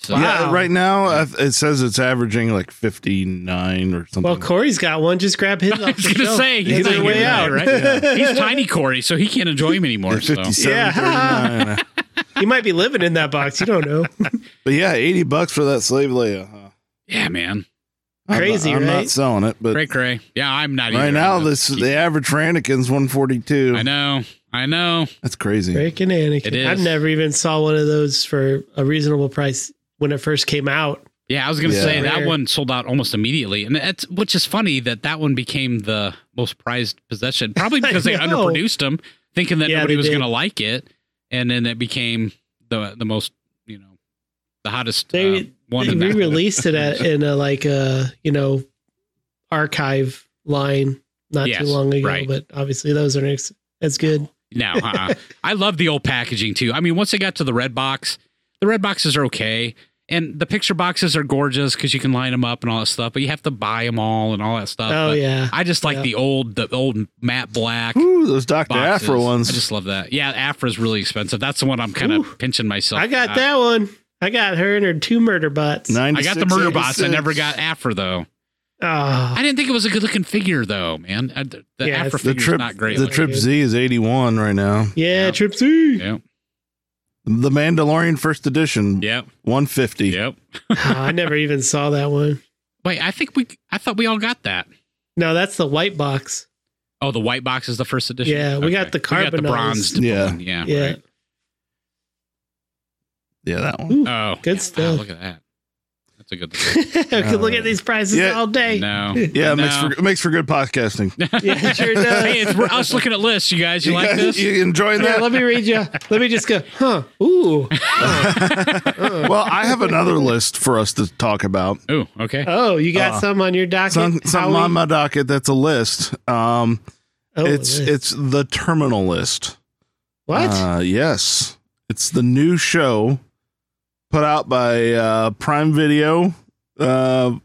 S1: So,
S3: Yeah,
S4: Wow.
S3: right now I th- it says it's averaging like fifty nine or something.
S4: Well, Corey's got one. Just grab his.
S1: I was gonna say he's
S4: he's on
S1: tiny
S4: the way
S1: guy,
S4: out.
S1: right? he's tiny Corey, so he can't enjoy him anymore. So.
S3: fifty seven.
S4: Yeah.
S3: Yeah.
S4: He might be living in that box. You don't know.
S3: but yeah, eighty bucks for that slave Leia. Huh?
S1: Yeah, man,
S3: I'm
S4: Crazy,
S3: not- I'm
S4: right?
S3: not selling it, but
S1: cray cray. Yeah, I'm not.
S3: right
S1: either.
S3: now
S1: I'm
S3: this
S1: just-
S3: the average Rannikin's one forty two.
S1: I know, I know.
S3: That's crazy.
S4: Drake and Anakin.
S1: It is.
S4: I've never even saw one of those for a reasonable price when it first came out.
S1: Yeah, I was gonna
S3: Yeah.
S1: say that
S4: Rare.
S1: one sold out almost immediately, and that's which is funny that that one became the most prized possession, probably because they
S4: know.
S1: underproduced them, thinking that
S4: Yeah,
S1: nobody
S4: they
S1: was
S4: did.
S1: gonna like it, and then it became the the most you know the hottest
S4: They-
S1: uh, one.
S4: They
S1: in that-
S4: re-released it at, in a like a you know archive line not
S1: Yes,
S4: too long ago.
S1: right.
S4: But obviously those are ex- as good.
S1: No, uh-uh. I love the old packaging too. I mean, once I got to the red box, the red boxes are okay, And the picture boxes are gorgeous because you can line them up and all that stuff, but you have to buy them all and all that stuff.
S4: Oh,
S1: Uh, But
S4: yeah.
S1: I just like
S4: Yeah.
S1: the old, the old matte black.
S3: Ooh, those Dr.
S1: boxes.
S3: Afro ones.
S1: I just love that. Yeah, Afra's really expensive. That's the one I'm kind
S4: Ooh.
S1: of pinching myself.
S4: I got
S1: at.
S4: that one. I got her and her two murder bots.
S1: I got the
S3: 96,
S1: murder bots. I
S3: 86.
S1: never got Afra though.
S4: Oh,
S1: I didn't think it was a good looking figure though, man. I, the the
S4: Yeah,
S1: Afra
S4: it's-
S3: the
S1: figure's
S3: trip.
S1: not great.
S3: the
S1: looking.
S3: trip Z is 81 right now.
S4: yeah,
S1: Yeah.
S4: Trip C.
S1: Yep.
S3: The Mandalorian first edition,
S1: Yep.
S3: 150.
S1: Yep.
S4: Oh, I never even saw that one.
S1: Wait, I think we. I thought we all got that.
S4: No, that's the white box.
S1: Oh, the white box is the first edition.
S4: Yeah, we got the
S1: We got the
S4: carbonized.
S1: bronzed.
S3: Yeah.
S1: one. Yeah.
S4: yeah,
S1: right.
S3: Yeah, that one.
S4: Ooh,
S1: Oh,
S4: Good
S1: yeah, Wow,
S4: stuff.
S1: look at that. That's a good.
S4: I could look at these prizes
S3: Yeah.
S4: all day.
S1: no.
S3: Yeah,
S1: no.
S3: it makes for, it makes for good podcasting.
S4: Yeah, it sure does.
S1: hey, it's, we're us looking at lists. You guys, you, like
S3: guys-
S1: this?
S3: You enjoying
S4: Here,
S3: that?
S4: let me read you. Let me just go. Huh? Ooh. uh,
S3: well, I have another list for us to talk about.
S1: Ooh, okay.
S4: Oh, you got
S3: Uh,
S4: some on your docket.
S3: Some, something
S4: Howie?
S3: on my docket that's a list. Um,
S4: Oh,
S3: it's
S4: list.
S3: it's the Terminal List.
S4: what?
S3: Uh, yes, it's the new show put out by uh, Prime Video. Uh,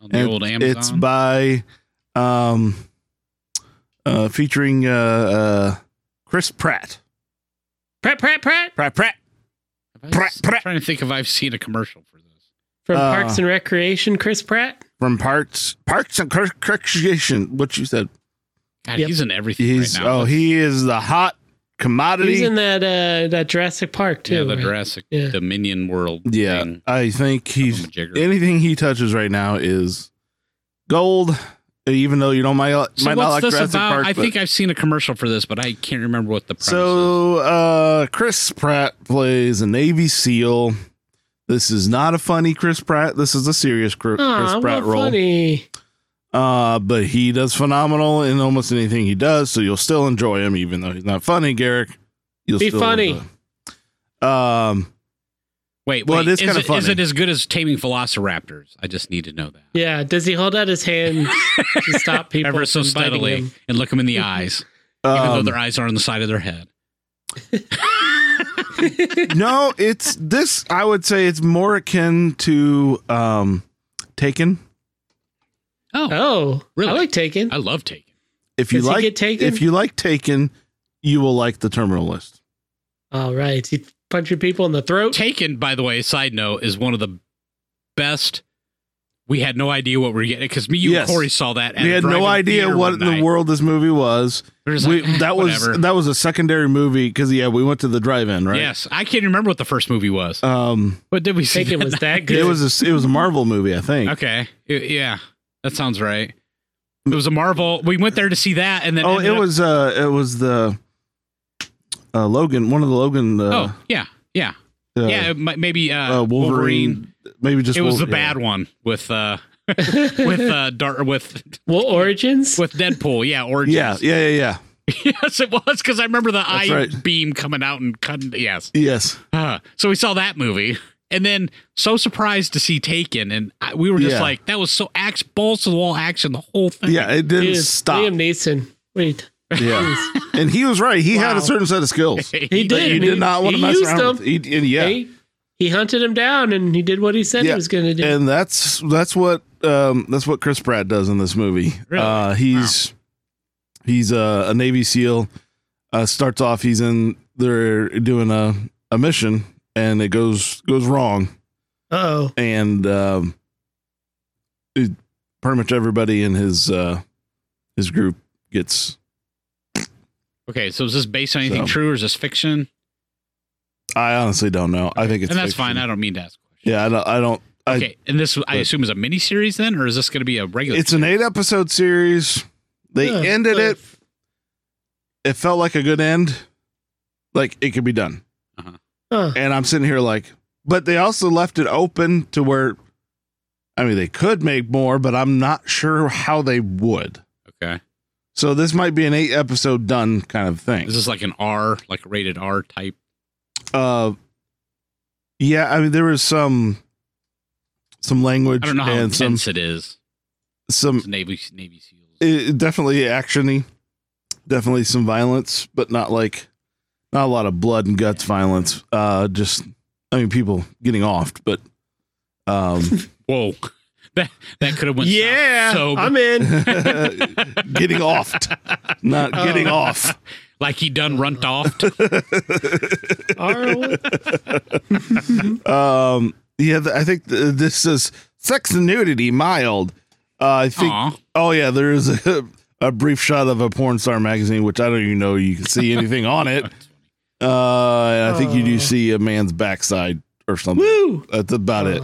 S1: On the
S3: and
S1: old Amazon.
S3: it's by um, uh, featuring uh, uh, Chris Pratt.
S4: Prat Prat Prat
S3: Pratt Pratt.
S1: Have I
S3: Prat,
S1: s-
S3: prat.
S1: trying to think if I've seen a commercial for this.
S4: from
S3: uh,
S4: Parks and Recreation. Chris Pratt.
S3: from Parks Parks and Cre- Recreation. What you said?
S1: God,
S4: Yep.
S1: he's in everything
S3: He's
S1: right now.
S3: oh, he is the hot commodity.
S4: He's in that uh, that Jurassic Park too.
S1: yeah, the
S4: right?
S1: Jurassic
S4: Yeah.
S1: Dominion World.
S3: yeah,
S1: thing.
S3: I think he's
S1: Jigger.
S3: anything he touches right now is gold. Even though you don't might,
S1: So
S3: might not
S1: what's
S3: like
S1: this
S3: Jurassic
S1: about?
S3: Park,
S1: I
S3: but-
S1: think I've seen a commercial for this, but I can't remember what the premise is.
S3: So uh Chris Pratt plays a Navy SEAL. This is not a funny Chris Pratt. This is a serious Chris,
S4: Aw,
S3: Chris Pratt
S4: well,
S3: role.
S4: funny.
S3: Uh but he does phenomenal in almost anything he does, so you'll still enjoy him even though he's not funny, Garrick. You'll
S4: Be
S3: still
S4: funny.
S3: enjoy him. Um
S1: Wait,
S3: Well,
S1: wait,
S3: it is
S1: is,
S3: kinda
S1: it, is
S3: funny.
S1: it as good as Taming Velociraptors? I just need to know that.
S4: Yeah. Does he hold out his hand to stop people
S1: Ever so
S4: from biting
S1: steadily
S4: him? Mm-hmm.
S1: and look them in the eyes, even though
S3: um,
S1: their eyes are on the side of their head.
S3: no, it's this I would say it's more akin to um Taken.
S1: Oh,
S4: Oh,
S1: Really?
S4: I like Taken.
S1: I love Taken.
S3: If you
S4: Does he
S3: like
S4: get Taken?
S3: if you like Taken, you will like the Terminal List.
S4: All right. He punching people in the throat.
S1: Taken, by the way, side note, is one of the best. We had no idea what we were getting because me, you,
S3: Yes.
S1: and Corey saw that. at
S3: we
S1: a
S3: had no
S1: drive-in
S3: idea
S1: theater
S3: what
S1: one
S3: in the
S1: night.
S3: world this movie was.
S1: We were just
S3: We,
S1: like, "Eh,
S3: that was
S1: whatever."
S3: that was a secondary movie because yeah, we went to the drive-in, right?
S1: Yes, I can't remember what the first movie was.
S3: Um,
S1: What did we see?
S4: Taken
S1: that
S4: was
S1: night?
S4: that good.
S3: it was a it was a Marvel movie, I think.
S1: Okay. Y- Yeah, that sounds right. It was a Marvel. We went there to see that, and then
S3: Oh,
S1: ended
S3: it
S1: up-
S3: was uh, it was the uh, Logan, one of the Logan. Uh,
S1: Oh, yeah, yeah,
S3: uh,
S1: yeah. It, might- maybe uh,
S3: uh, Wolverine, Maybe just
S1: It was the
S3: Wolverine.
S1: bad one with uh, with uh, Dar- with
S4: well, Origins.
S1: with Deadpool. Yeah, Origins.
S3: Yeah, yeah, yeah, yeah.
S1: yes, it was because I remember the eye
S3: right.
S1: beam coming out and cutting. Yes.
S3: Yes,
S1: Uh, so we saw that movie. And then so surprised to see Taken, and I, we were just
S3: Yeah.
S1: like, "That was so ax balls to the wall action, the whole thing."
S3: yeah. It
S4: Dude,
S3: didn't stop.
S4: Liam Neeson. Wait.
S3: yeah, and he was right. He had
S4: Wow.
S3: a certain set of skills.
S4: He
S3: But
S4: did.
S3: you did not want to
S4: He
S3: mess
S4: used
S3: around
S4: them.
S3: with. He, and yeah,
S4: He, he hunted him down and he did what he said he
S3: Yeah,
S4: was going to do.
S3: and that's that's what um that's what Chris Pratt does in this movie.
S1: Really?
S3: Uh he's he's a, a Navy SEAL. Uh starts off he's in they're doing a a mission and it goes goes wrong
S4: oh.
S3: and um it- pretty much everybody in his uh his group gets
S1: Okay, so is this based on anything
S3: So-
S1: true or is this fiction?
S3: I honestly don't know. I think it's
S1: and that's
S3: fiction.
S1: fine. I don't mean to ask. Questions.
S3: Yeah, I don't I don't I-
S1: Okay, and this I assume is a mini series then, or is this going to be a regular?
S3: it's an 8 episode series. They
S4: Yeah,
S3: ended
S4: but-
S3: it it felt like a good end. Like it could be done.
S4: Huh.
S3: And I'm sitting here like, but they also left it open to where, I mean, they could make more, but I'm not sure how they would.
S1: okay,
S3: So this might be an eight episode done kind of thing.
S1: is this like an R, like rated R type?
S3: Uh, yeah, I mean, there was some, some language
S1: I don't know how
S3: and some,
S1: intense it is.
S3: some
S1: It's Navy Navy SEALs.
S3: it, it definitely actiony, definitely some violence, but not like not a lot of blood and guts violence. Uh, just I mean, people getting offed, but Um,
S1: Whoa. That, that could have went south
S4: yeah,
S1: so
S4: I'm in.
S3: getting offed, not
S4: Oh.
S3: getting off.
S1: like he done runt off.
S4: Arl.
S3: Um, yeah, th- I think th- this is sex and nudity mild. Uh, I think.
S1: Aw.
S3: Oh yeah, there is a, a brief shot of a porn star magazine, which I don't even know you can see anything on it. Uh, and I think you do see a man's backside or something.
S4: Woo. Uh.
S3: That's about it.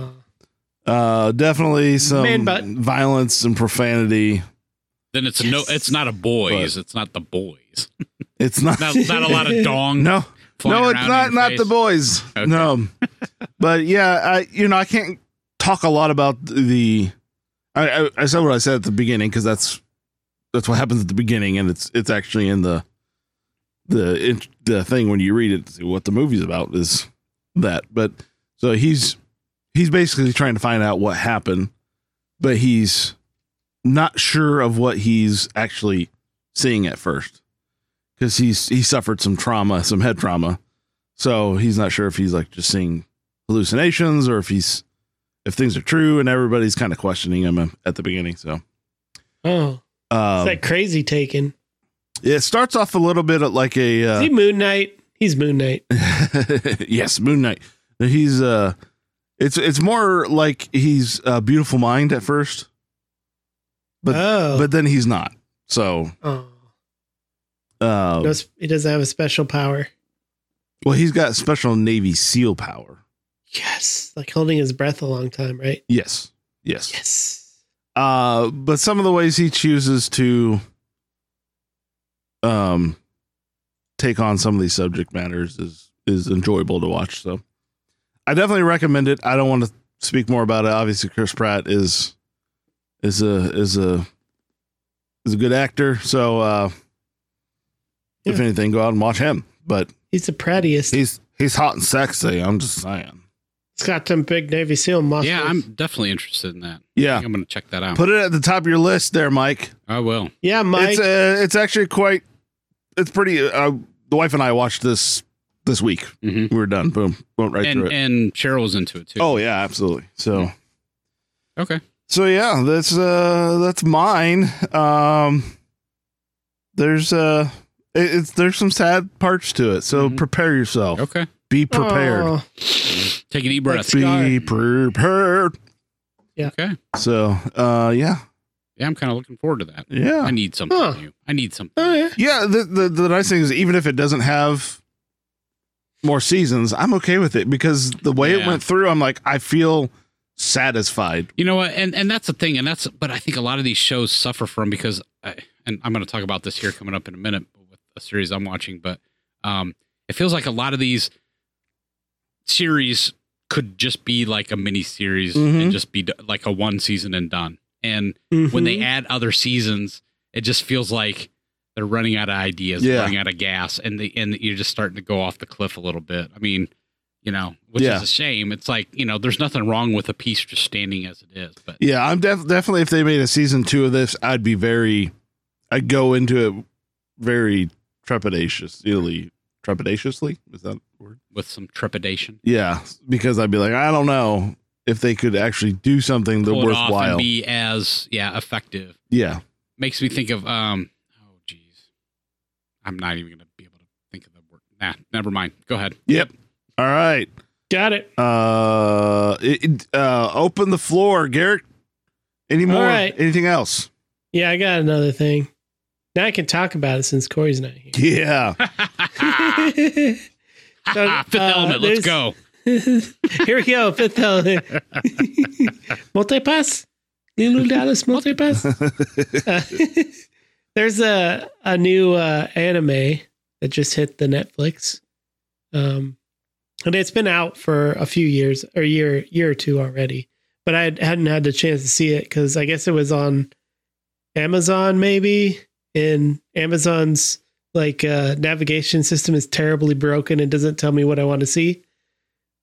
S3: Uh, definitely some
S4: Man butt.
S3: violence and profanity.
S1: Then it's no, it's not a boys.
S3: But-
S1: it's not the boys.
S3: It's not.
S1: Not, not a lot of dong.
S3: no.
S1: flying
S3: No, it's
S1: around in
S3: not
S1: your
S3: not
S1: face.
S3: the boys.
S1: Okay.
S3: No, but yeah, I you know I can't talk a lot about the. I I, I said what I said at the beginning because that's that's what happens at the beginning, and it's it's actually in the the int- the thing when you read it. to see What the movie's about is that, but so he's he's basically trying to find out what happened, but he's not sure of what he's actually seeing at first because he's he suffered some trauma, some head trauma. So he's not sure if he's like just seeing hallucinations or if he's if things are true, and everybody's kind of questioning him at the beginning. So
S4: Oh, it's
S3: um,
S4: that crazy taken.
S3: it starts off a little bit at like a
S4: Is
S3: uh,
S4: he Moon Knight? He's Moon Knight.
S3: yes, Moon Knight. He's uh, it's it's more like he's a beautiful mind at first, But-
S4: oh,
S3: but then he's not. So
S4: oh.
S3: uh,
S4: No, sp- he doesn't have a special power.
S3: well, he's got special Navy SEAL power.
S4: Yes, like holding his breath a long time, right?
S3: Yes, yes.
S4: Yes.
S3: Uh, but some of the ways he chooses to um take on some of these subject matters is is enjoyable to watch. So I definitely recommend it. I don't want to speak more about it. Obviously, Chris Pratt is is a is a is a good actor. So uh if
S4: Yeah.
S3: anything, go out and watch him. But
S4: He's the prattiest.
S3: he's he's hot and sexy. I'm just saying.
S4: It's got them big Navy SEAL muscles.
S1: Yeah, I'm definitely interested in that. I
S3: Yeah.
S1: think I'm going to check that out.
S3: Put it at the top of your list there, Mike.
S1: I will.
S4: Yeah, Mike.
S3: It's uh, it's actually quite. It's pretty. Uh, the wife and I watched this this week.
S1: Mhm.
S3: We were done. Boom, went right
S1: and
S3: through it.
S1: and Cheryl was into it too.
S3: Oh yeah, absolutely. So
S1: okay.
S3: so yeah, that's uh that's mine. Um, there's uh it, it's there's some sad parts to it. So
S1: Mhm.
S3: prepare yourself.
S1: Okay.
S3: Be prepared.
S4: Oh,
S1: Take a deep breath.
S4: Let's- Scar.
S3: Be prepared.
S1: Okay.
S3: So uh yeah
S1: Yeah, I'm kind of looking forward to that. I
S3: yeah
S1: need something
S4: Huh.
S1: new. I need something.
S4: oh, yeah.
S3: yeah. The, the the nice thing is even if it doesn't have more seasons, I'm okay with it because the way it
S1: Yeah.
S3: went through, I'm like, I feel satisfied.
S1: You know what? And and that's the thing, and that's but I think a lot of these shows suffer from because I, and I'm going to talk about this here coming up in a minute with a series I'm watching, but um, it feels like a lot of these series could just be like a mini series
S3: Mhm.
S1: and just be d- like a one season and done. And when they
S4: Mhm.
S1: add other seasons, it just feels like they're running out of ideas,
S3: Yeah.
S1: running out of gas, and the and you're just starting to go off the cliff a little bit. I mean, you know, which
S3: Yeah.
S1: is a shame. It's like you know, there's nothing wrong with a piece just standing as it is, but
S3: Yeah, I'm def- definitely if they made a season two of this, I'd be very, I'd go into it very trepidatiously. Trepidatiously is that a word?
S1: with some trepidation,
S3: Yeah, because I'd be like, I don't know if they could actually do something that
S1: pull it off
S3: worthwhile.
S1: and be as yeah effective.
S3: yeah,
S1: Makes me think of um, oh geez, I'm not even gonna be able to think of the word. Nah, never mind. Go ahead.
S3: Yep. all right.
S4: Got it.
S3: Uh, it, it- uh, open the floor, Garrett. Any more?
S4: All right.
S3: Anything else?
S4: Yeah, I got another thing. Now I can talk about it since Corey's not here.
S3: Yeah.
S4: So,
S1: Fifth
S4: uh,
S1: element. Let's
S4: there's-
S1: go.
S4: Here we go, fifth element. multipass. Lulu Dallas multipass. Uh, there's a a new uh, anime that just hit the Netflix. Um and it's been out for a few years or year year or two already. But I hadn't had the chance to see it because I guess it was on Amazon maybe. And Amazon's like uh, navigation system is terribly broken and doesn't tell me what I want to see.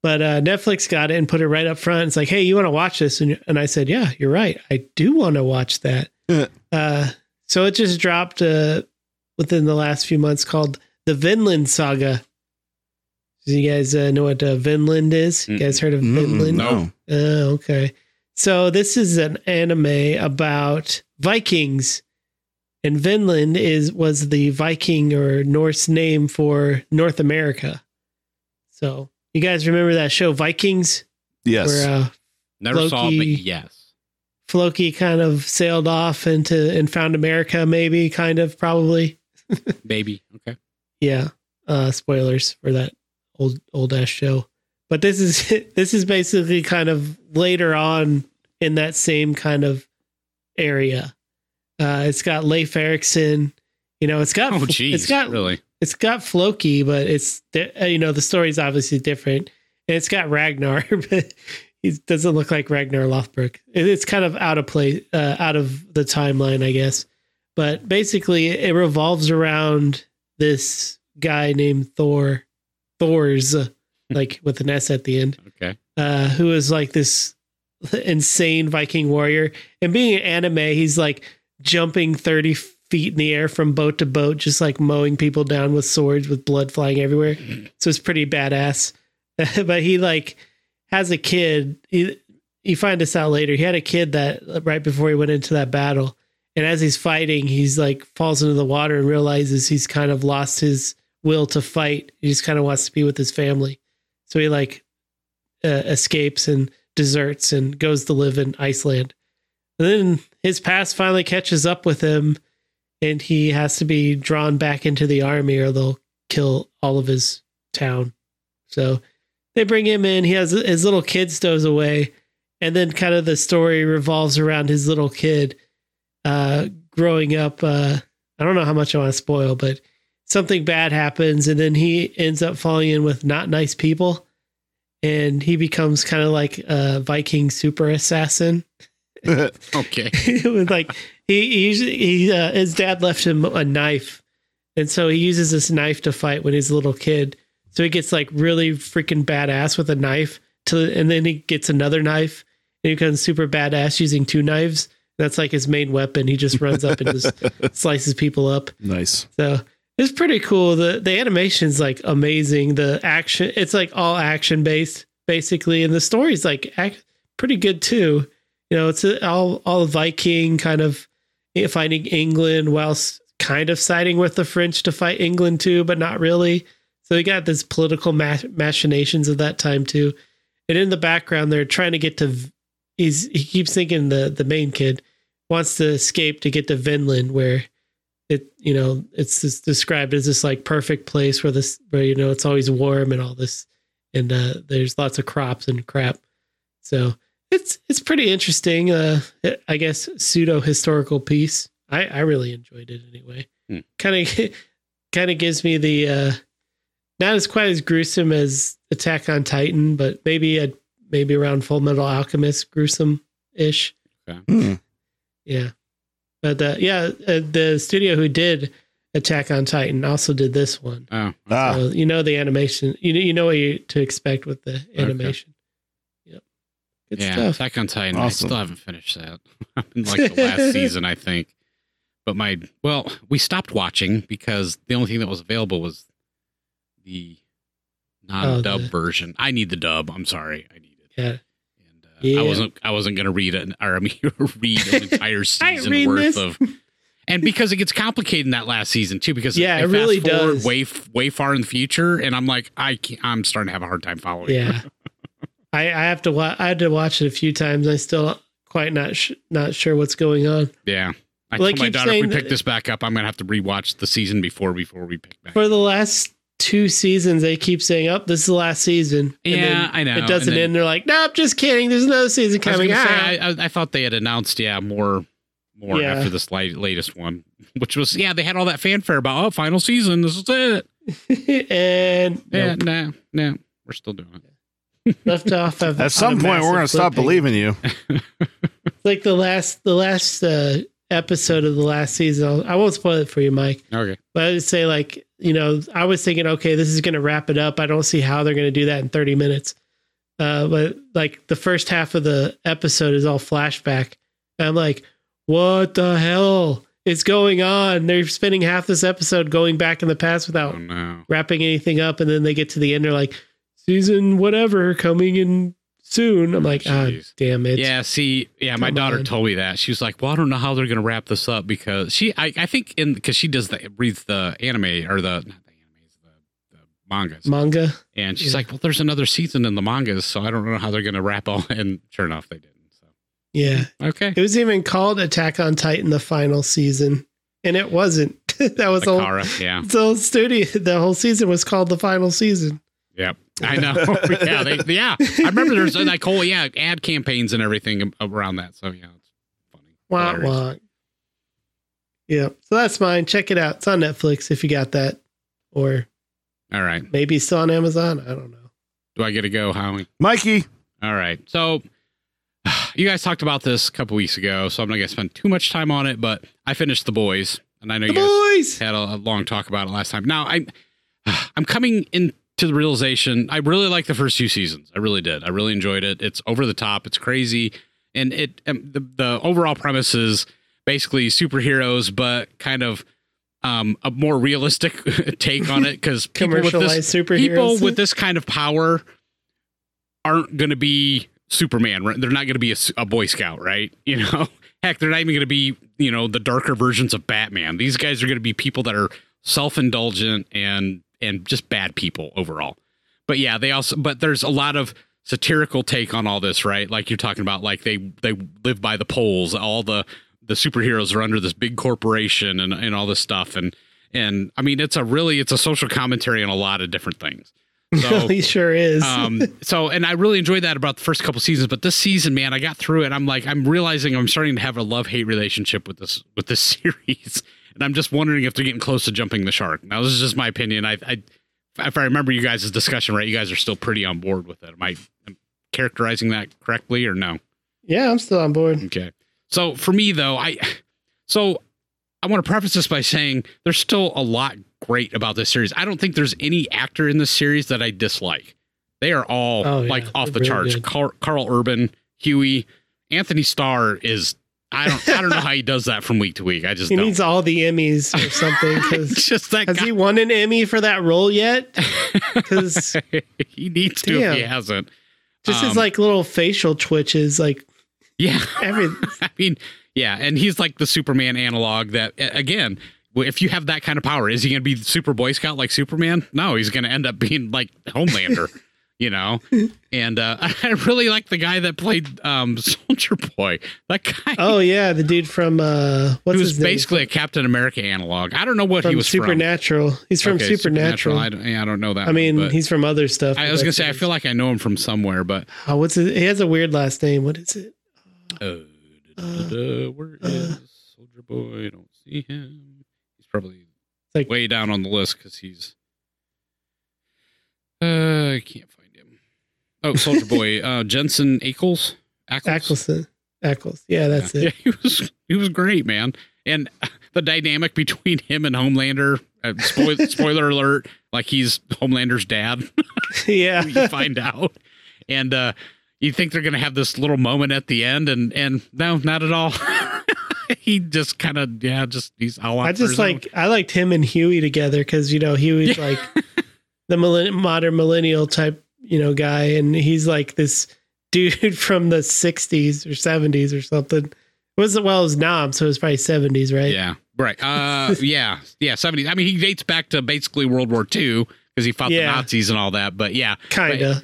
S4: But uh, Netflix got it and put it right up front. It's like, hey, you want to watch this? And, and I said, yeah, you're right. I do want to watch that.
S3: Yeah.
S4: uh, so it just dropped uh, within the last few months called The Vinland Saga. Do you guys uh, know what uh, Vinland is? You guys heard of Vinland?
S3: no.
S4: Oh, okay. So this is an anime about Vikings, and Vinland is was the Viking or Norse name for North America. So you guys remember that show Vikings,
S3: Yes.
S4: where uh,
S1: Never saw it, but
S4: Loki.
S1: yes.
S4: Floki kind of sailed off into and found America, maybe kind of probably.
S1: Baby. Okay.
S4: Yeah. Uh spoilers for that old old ass show. But this is this is basically kind of later on in that same kind of area. Uh it's got Leif Erikson, you know, it's got
S1: Oh,
S4: it's
S1: geez.
S4: got
S1: really?
S4: it's got Floki, but it's di- uh, you know, the story's obviously different. And it's got Ragnar, but he doesn't look like Ragnar Lothbrok. It, it's kind of out of place, uh, out of the timeline, I guess. But basically, it revolves around this guy named Thor, Thor's, uh, like with an S at the end
S1: Okay.
S4: uh, who is like this insane Viking warrior. And being an anime, he's like jumping 30 feet in the air from boat to boat, just like mowing people down with swords with blood flying everywhere. So it's pretty badass. but he like has a kid. He, you find this out later. He had a kid that right before he went into that battle. And as he's fighting, he's like falls into the water and realizes he's kind of lost his will to fight. He just kind of wants to be with his family. So he like uh, escapes and deserts and goes to live in Iceland. And then his past finally catches up with him, and he has to be drawn back into the army, or they'll kill all of his town. So they bring him in. He has his little kid stows away, and then kind of the story revolves around his little kid uh, growing up. Uh, I don't know how much I want to spoil, but something bad happens, and then he ends up falling in with not nice people and he becomes kind of like a Viking super assassin.
S1: Okay.
S4: With like he, he usually he uh, his dad left him a knife, and so he uses this knife to fight when he's a little kid. So he gets like really freaking badass with a knife. To and then he gets another knife and he becomes super badass using two knives. That's like his main weapon. He just runs up and just slices people up.
S3: nice.
S4: So it's pretty cool. The the animation's like amazing. The action it's like all action based basically, and the story's like act, pretty good too. You know, it's a, all all Viking kind of finding England whilst kind of siding with the French to fight England too, but not really. So we got this political mach- machinations of that time too. And in the background, they're trying to get to. V- He's he keeps thinking the the main kid wants to escape to get to Vinland where it you know it's this described as this like perfect place where this where you know it's always warm and all this and uh there's lots of crops and crap so it's it's pretty interesting uh i guess pseudo historical piece i i really enjoyed it anyway
S1: Hmm.
S4: kind of kind of gives me the uh not as quite as gruesome as attack on titan but maybe a maybe around full metal alchemist gruesome ish
S3: Hmm.
S4: yeah. But uh, yeah, uh, the studio who did Attack on Titan also did this one.
S1: Oh,
S3: Ah,
S4: So you know the animation. You know, you know what you, to expect with the animation. Yep. Good
S1: yeah.
S4: stuff.
S1: Attack on Titan. I
S3: Awesome.
S1: still haven't finished that. I'm in like the last season, I think. But my, well, we stopped watching because the only thing that was available was the non dub
S4: Oh, the-
S1: version. I need the dub. I'm sorry. I need it.
S4: Yeah.
S1: And, uh,
S4: Yeah.
S1: I wasn't. I wasn't going to read an. Or I mean, read an entire
S4: I
S1: season
S4: read
S1: worth
S4: this.
S1: of. And because it gets complicated in that last season too, because
S4: Yeah,
S1: they
S4: it really
S1: fast forward
S4: does.
S1: Way f- way far in the future, and I'm like, I can't, I'm starting to have a hard time following.
S4: Yeah. I, I have to watch. I had to watch it a few times. I still quite not sh- not sure what's going on.
S1: Yeah. I
S4: Well, I
S1: told my
S4: keep
S1: daughter if we
S4: saying
S1: pick
S4: that-
S1: this back up, I'm gonna have to rewatch the season before before we pick back.
S4: For the last two seasons, they keep saying, "Oh, this is the last season." And
S1: yeah,
S4: then
S1: I know.
S4: It doesn't
S1: And then-
S4: end. They're like, "Nope, just kidding. There's another season
S1: I, was
S4: coming."
S1: gonna say,
S4: Ah.
S1: I, I, I thought they had announced, yeah, more more
S4: Yeah.
S1: after this li- latest one, which was yeah, they had all that fanfare about oh, final season, this is it.
S4: and
S1: Yeah,
S4: nope.
S1: nah, nah, we're still doing it.
S4: left off. of- on a
S3: at some point, we're
S4: massive
S3: going to stop
S4: cliffhanger.
S3: believing you.
S4: like the last the last uh, episode of the last season. I'll, I won't spoil it for you, Mike.
S1: Okay,
S4: But I would say like you know I was thinking, okay, this is going to wrap it up. I don't see how they're going to do that in thirty minutes. Uh, but like the first half of the episode is all flashback. And I'm like, what the hell? is going on. They're spending half this episode going back in the past without
S1: Oh no.
S4: wrapping anything up, and then they get to the end. They're like, season whatever coming in soon. I'm like, ah,
S1: Jeez.
S4: damn it.
S1: yeah, see, yeah, my
S4: Come
S1: daughter
S4: on.
S1: told me that. She was like, "Well, I don't know how they're going to wrap this up because she, I, I think, in because she does the reads the anime or the not the animes, the, the mangas,
S4: manga.
S1: and she's
S4: yeah.
S1: like, "Well, there's another season in the mangas, so I don't know how they're going to wrap all." And sure enough, they didn't. So
S4: Yeah,
S1: okay,
S4: it was even called Attack on Titan: The Final Season, and it wasn't. that was the whole,
S1: Akara, yeah,
S4: the whole studio. The whole season was called the Final Season.
S1: yep, I know, yeah, they, yeah. I remember there's like whole yeah ad campaigns and everything around that. So yeah, it's funny.
S4: Wah
S1: Hilarious.
S4: wah. Yeah, so that's mine. Check it out. It's on Netflix if you got that, or
S1: All right,
S4: maybe it's still on Amazon. I don't know.
S1: do I get to go, Howie?
S3: Mikey,
S1: All right. So you guys talked about this a couple weeks ago, so I'm not going to spend too much time on it, but I finished The Boys, and I know
S4: The
S1: you guys
S4: boys.
S1: had a, a long talk about it last time. Now, I'm I'm coming into the realization I really liked the first two seasons. I really did. I really enjoyed it. It's over the top, it's crazy, and it um, the, the overall premise is basically superheroes but kind of um, a more realistic take on it cuz people with this
S4: Commercialized superheroes.
S1: people with this kind of power aren't going to be Superman. right? They're not going to be a, s- a Boy Scout, right? You know, heck, they're not even going to be you know the darker versions of Batman. These guys are going to be people that are self indulgent and and just bad people overall. But yeah, they also but there's a lot of satirical take on all this, right? Like you're talking about, like they they live by the polls. All the the superheroes are under this big corporation and and all this stuff and and I mean it's a really it's a social commentary on a lot of different things. So
S4: he sure is.
S1: um, so, and I really enjoyed that about the first couple seasons, but this season, man, I got through it. I'm like, I'm realizing I'm starting to have a love hate relationship with this with this series, and I'm just wondering if they're getting close to jumping the shark. Now, this is just my opinion. I, I if I remember you guys' discussion right, you guys are still pretty on board with it. Am I am I characterizing that correctly or no?
S4: yeah, I'm still on board.
S1: Okay. So for me though, I so I want to preface this by saying there's still a lot great about this series. I don't think there's any actor in this series that I dislike. They are all
S4: Oh, yeah.
S1: like off the
S4: They're really
S1: charts.
S4: good.
S1: Carl, Carl Urban, Huey, Anthony Starr is I don't I don't know how he does that from week to week. I just
S4: He
S1: don't.
S4: needs all the Emmys or something. 'cause-
S1: it's just that
S4: Has
S1: guy.
S4: he won an Emmy for that role yet? Because
S1: He, needs to if he
S4: Damn.
S1: hasn't.
S4: just
S1: Um,
S4: his like little facial twitches, like
S1: Yeah.
S4: every
S1: I mean, yeah, and he's like the Superman analog that a- again, w- if you have that kind of power, is he going to be super boy scout like Superman? No, he's going to end up being like Homelander, you know. And uh, I really like the guy that played um, Soldier Boy. That guy
S4: oh yeah, the dude from uh,
S1: he
S4: what's
S1: was
S4: his name?
S1: basically a Captain America analog. I don't know what
S4: from
S1: he was
S4: Supernatural. He's
S1: from.
S4: from
S1: Okay,
S4: Supernatural.
S1: I don't, yeah, I don't know that.
S4: I mean,
S1: one, but
S4: he's from other stuff.
S1: I was going to say I feel like I know him from somewhere, but
S4: oh, what's his, he has a weird last name. What is it?
S1: Uh, da, da, da, where is Soldier Boy? I don't see him. He's probably
S4: like-
S1: way down on the list because he's. Uh, I can't find him. Oh, Soldier Boy, uh, Jensen Ackles.
S4: Ackleson. Ackles. Yeah, that's
S1: Yeah,
S4: it.
S1: he was he was great, man. And the dynamic between him and Homelander. Uh, spoil, spoiler alert! Like he's Homelander's dad.
S4: Yeah.
S1: you find out. And uh, you think they're going to have this little moment at the end, and and no, not at all. he just kind of yeah, just he's all on
S4: I just
S1: for his
S4: like I liked him and Huey together because you know Huey's
S1: Yeah.
S4: like the millenn- modern millennial type you know guy, and he's like this dude from the '60s or '70s or something. It was well, it was Nom, so it was probably '70s,
S1: own-
S4: right?
S1: yeah, right, uh, yeah, yeah, seventies. I mean, he dates back to basically World War II because he fought the
S4: Yeah.
S1: Nazis and all that. But yeah,
S4: Kinda.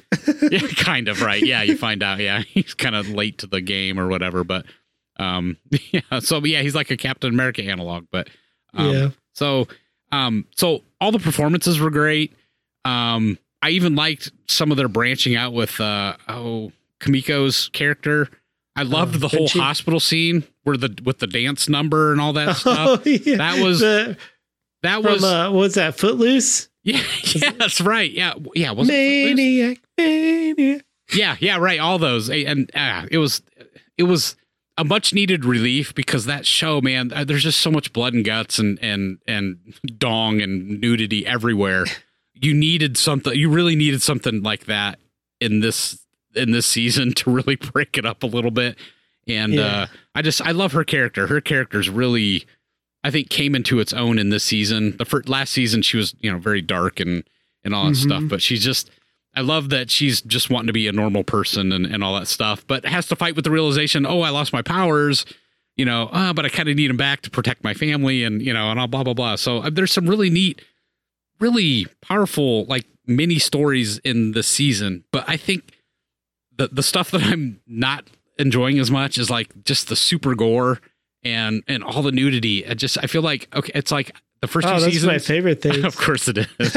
S1: yeah, kind of right. Yeah, you find out. Yeah, he's kind of late to the game or whatever. But um, yeah, so yeah, he's like a Captain America analog. But um,
S4: yeah.
S1: So, um, so all the performances were great. Um, I even liked some of their branching out with uh oh Kamiko's character. I loved the whole
S4: Oh, didn't she-
S1: hospital scene where the with the dance number and all that stuff.
S4: Oh, yeah.
S1: that was-
S4: the,
S1: That
S4: from
S1: was
S4: uh, what's that? Footloose.
S1: yeah, yeah, that's right. Yeah, yeah, was it
S4: Maniac, maniac.
S1: yeah, yeah, right. All those A- and ah, it was it was a much needed relief because that show, man, uh, there's just so much blood and guts and and and dong and nudity everywhere. You needed something. You really needed something like that in this in this season to really break it up a little bit. And
S4: Yeah.
S1: uh, I just I love her character. Her character's really I think came into its own in this season. The first, last season she was, you know, very dark and and all that stuff, but she's just I love that she's just wanting to be a normal person and, and all that stuff, but has to fight with the realization, oh, I lost my powers, you know, ah, but I kind of need them back to protect my family and, you know, and all blah, blah, blah. So uh, there's some really neat, really powerful, like mini stories in the season. But I think the, the stuff that I'm not enjoying as much is like just the super gore and, and all the nudity. I just, I feel like, okay, it's like the first two
S4: Oh, that's
S1: seasons.
S4: my favorite thing.
S1: Of course it is. of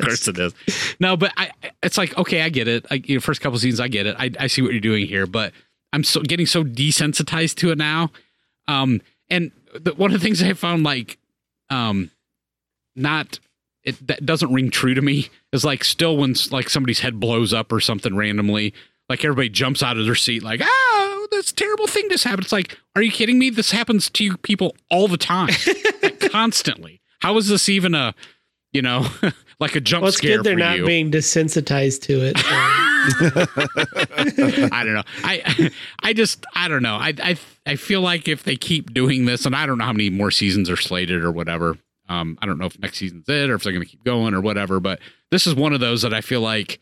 S1: course it is. No, but I, it's like okay, I get it. I, you know, first couple scenes, I get it. I, I see what you're doing here, but I'm so getting so desensitized to it now. Um, and the, one of the things I found like, um, not it that doesn't ring true to me is like still when like somebody's head blows up or something randomly, like everybody jumps out of their seat like ah, this terrible thing just happened. It's like, are you kidding me? This happens to you people all the time, like, constantly. How is this even a you know, like a jump
S4: well, it's
S1: scare
S4: good they're
S1: for
S4: not
S1: you.
S4: being desensitized to it.
S1: I don't know. I I just I don't know. I I I feel like if they keep doing this, and I don't know how many more seasons are slated or whatever. Um, I don't know if next season's it or if they're going to keep going or whatever. But this is one of those that I feel like,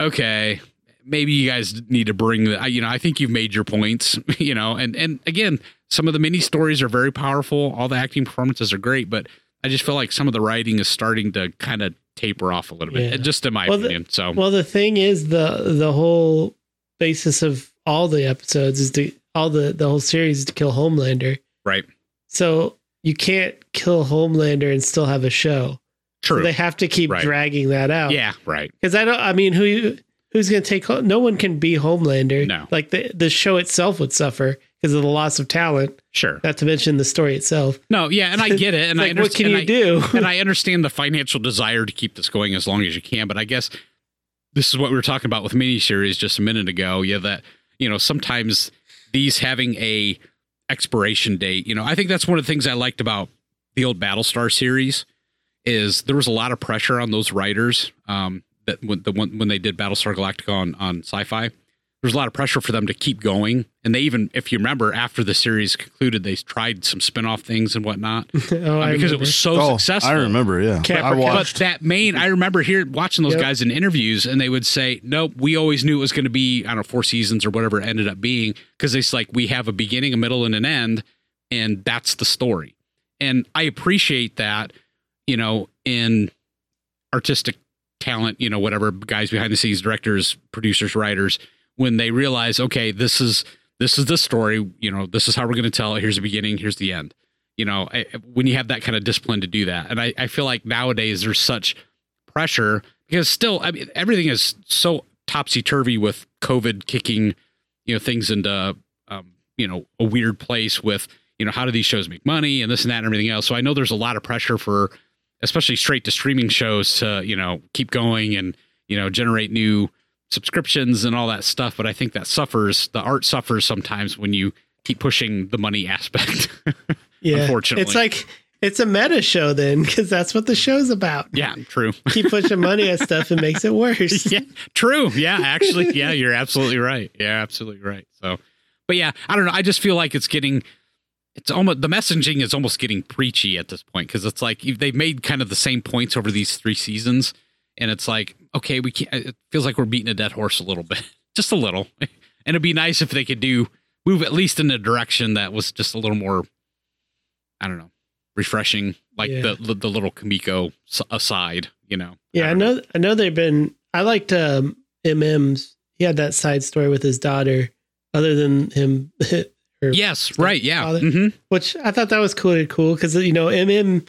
S1: okay, maybe you guys need to bring the. I- You know, I think you've made your points. You know, and and again, some of the mini stories are very powerful. All the acting performances are great, but I just feel like some of the writing is starting to kind of taper off a little bit.
S4: Yeah.
S1: Just in my
S4: Well, the-
S1: opinion. so
S4: Well, the thing is the the whole basis of all the episodes is to all the the whole series is to kill Homelander.
S1: Right.
S4: So you can't kill Homelander and still have a show.
S1: true.
S4: They have to keep
S1: Right.
S4: dragging that out.
S1: yeah. Right.
S4: Because I don't. I mean, who you- who's going to take? Home? No one can be Homelander.
S1: No.
S4: Like the the show itself would suffer because of the loss of talent.
S1: Sure.
S4: Not to mention the story itself.
S1: No, yeah, and I get it, and
S4: It's
S1: I
S4: like, what can
S1: understand.
S4: you do?
S1: and I understand the financial desire to keep this going as long as you can, but I guess this is what we were talking about with miniseries just a minute ago. Yeah, that you know sometimes these having a expiration date. You know, I think that's one of the things I liked about the old Battlestar series is there was a lot of pressure on those writers um, that when the one when they did Battlestar Galactica on on Sci-Fi. There's a lot of pressure for them to keep going, and they even, if you remember, after the series concluded, they tried some spin-off things and whatnot
S4: oh, I
S1: because it
S4: remember.
S1: was so successful.
S3: I remember, yeah. I
S4: Capricorn.
S3: watched.
S1: But that main, I remember here watching those
S4: Yep.
S1: guys in interviews, and they would say, "Nope, we always knew it was going to be I don't know four seasons or whatever it ended up being because it's like we have a beginning, a middle, and an end, and that's the story." And I appreciate that, you know, in artistic talent, you know, whatever guys behind the scenes, directors, producers, writers, when they realize, okay, this is this is the story, you know, this is how we're going to tell it. Here's the beginning, here's the end you know, I, when you have that kind of discipline to do that. And I, I feel like nowadays there's such pressure because still, I mean, everything is so topsy turvy with COVID kicking, you know, things into, um, you know, a weird place with, you know, how do these shows make money and this and that and everything else. So I know there's a lot of pressure for, especially straight to streaming shows to, you know, keep going and, you know, generate new subscriptions and all that stuff. But I think that suffers, the art suffers sometimes when you keep pushing the money aspect.
S4: Yeah.
S1: unfortunately.
S4: It's like it's a meta show then, because that's what the show's about.
S1: Yeah, true.
S4: Keep pushing money at stuff, it makes it worse.
S1: yeah, true. Yeah, actually, yeah, you're absolutely right. Yeah, absolutely right. So, but yeah, I don't know. I just feel like it's getting, it's almost the messaging is almost getting preachy at this point because it's like you- they've made kind of the same points over these three seasons, and it's like okay, we can't. It feels like we're beating a dead horse a little bit, just a little. And it'd be nice if they could do move at least in a direction that was just a little more, I don't know, refreshing, like
S4: Yeah.
S1: the, the the little Kamiko s- aside, you know.
S4: Yeah, I
S1: don't
S4: know. I know they've been. I liked um, MM's. He had that side story with his daughter, other than him, her-
S1: Yes, right. Yeah.
S4: father-
S1: hmm
S4: which I thought that was cool. Cool because you know MM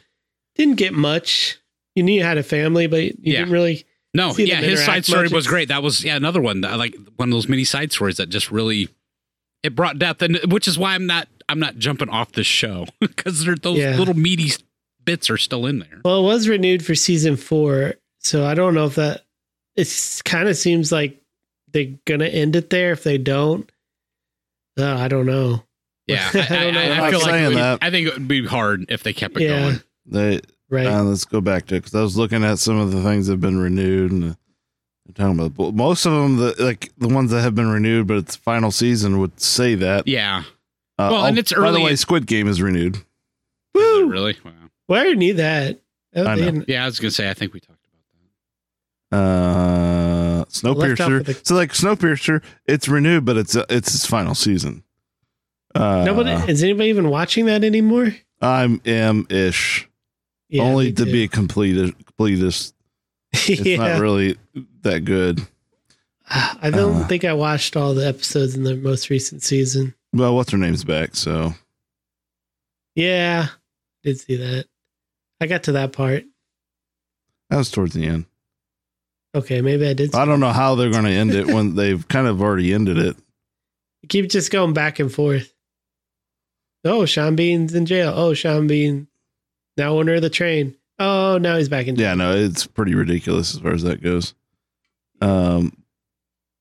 S4: didn't get much. You knew you had a family, but you
S1: Yeah.
S4: didn't really.
S1: No,
S4: see
S1: yeah,
S4: them
S1: his side
S4: interact
S1: story
S4: much.
S1: was great. That was yeah another one that, like one of those mini side stories that just really it brought depth, and which is why I'm not I'm not jumping off this show because those
S4: Yeah.
S1: little meaty bits are still in there.
S4: Well, it was renewed for season four, so I don't know if that. It's kind of seems like they're gonna end it there. If they don't, uh, I don't know.
S1: Yeah,
S4: I don't know.
S1: feel
S3: I'm not
S1: like it
S3: saying
S1: would-
S3: that.
S1: I think it would be hard if they kept it
S4: Yeah.
S1: going.
S3: They,
S4: Right?
S3: uh, let's go back to it because I was looking at some of the things that have been renewed and they're talking about but most of them, the, like the ones that have been renewed, but it's final season would say that.
S1: Yeah,
S3: Uh,
S1: Well, and it's
S3: By the
S1: early-
S3: way, Squid Game is renewed.
S1: Is it
S4: Woo!
S1: really? Wow.
S4: Why do you need that? Oh,
S3: I
S4: they
S3: know.
S4: didn't-
S1: Yeah, I was gonna say. I think we talked about that.
S3: Uh,
S4: Left off
S3: Snowpiercer.
S4: with a-
S3: so like Snowpiercer, it's renewed, but it's uh, it's its final season. Uh,
S4: Nobody is anybody even watching that anymore?
S3: I'm am ish.
S4: Yeah,
S3: Only
S4: me
S3: to
S4: too.
S3: be a complete completist. It's
S4: yeah,
S3: not really that good.
S4: I don't
S3: uh,
S4: think I watched all the episodes in the most recent season.
S3: Well, what's her name's back, so
S4: Yeah, did see that. I got to that part.
S3: that was towards the end.
S4: Okay, maybe I did.
S3: I don't know how they're going to end it when they've kind of already ended it.
S4: keep just going back and forth. Oh, Sean Bean's in jail. Oh, Sean Bean, now owner of the train. Oh, now he's back in jail.
S3: Yeah, no, it's pretty ridiculous as far as that goes. Um,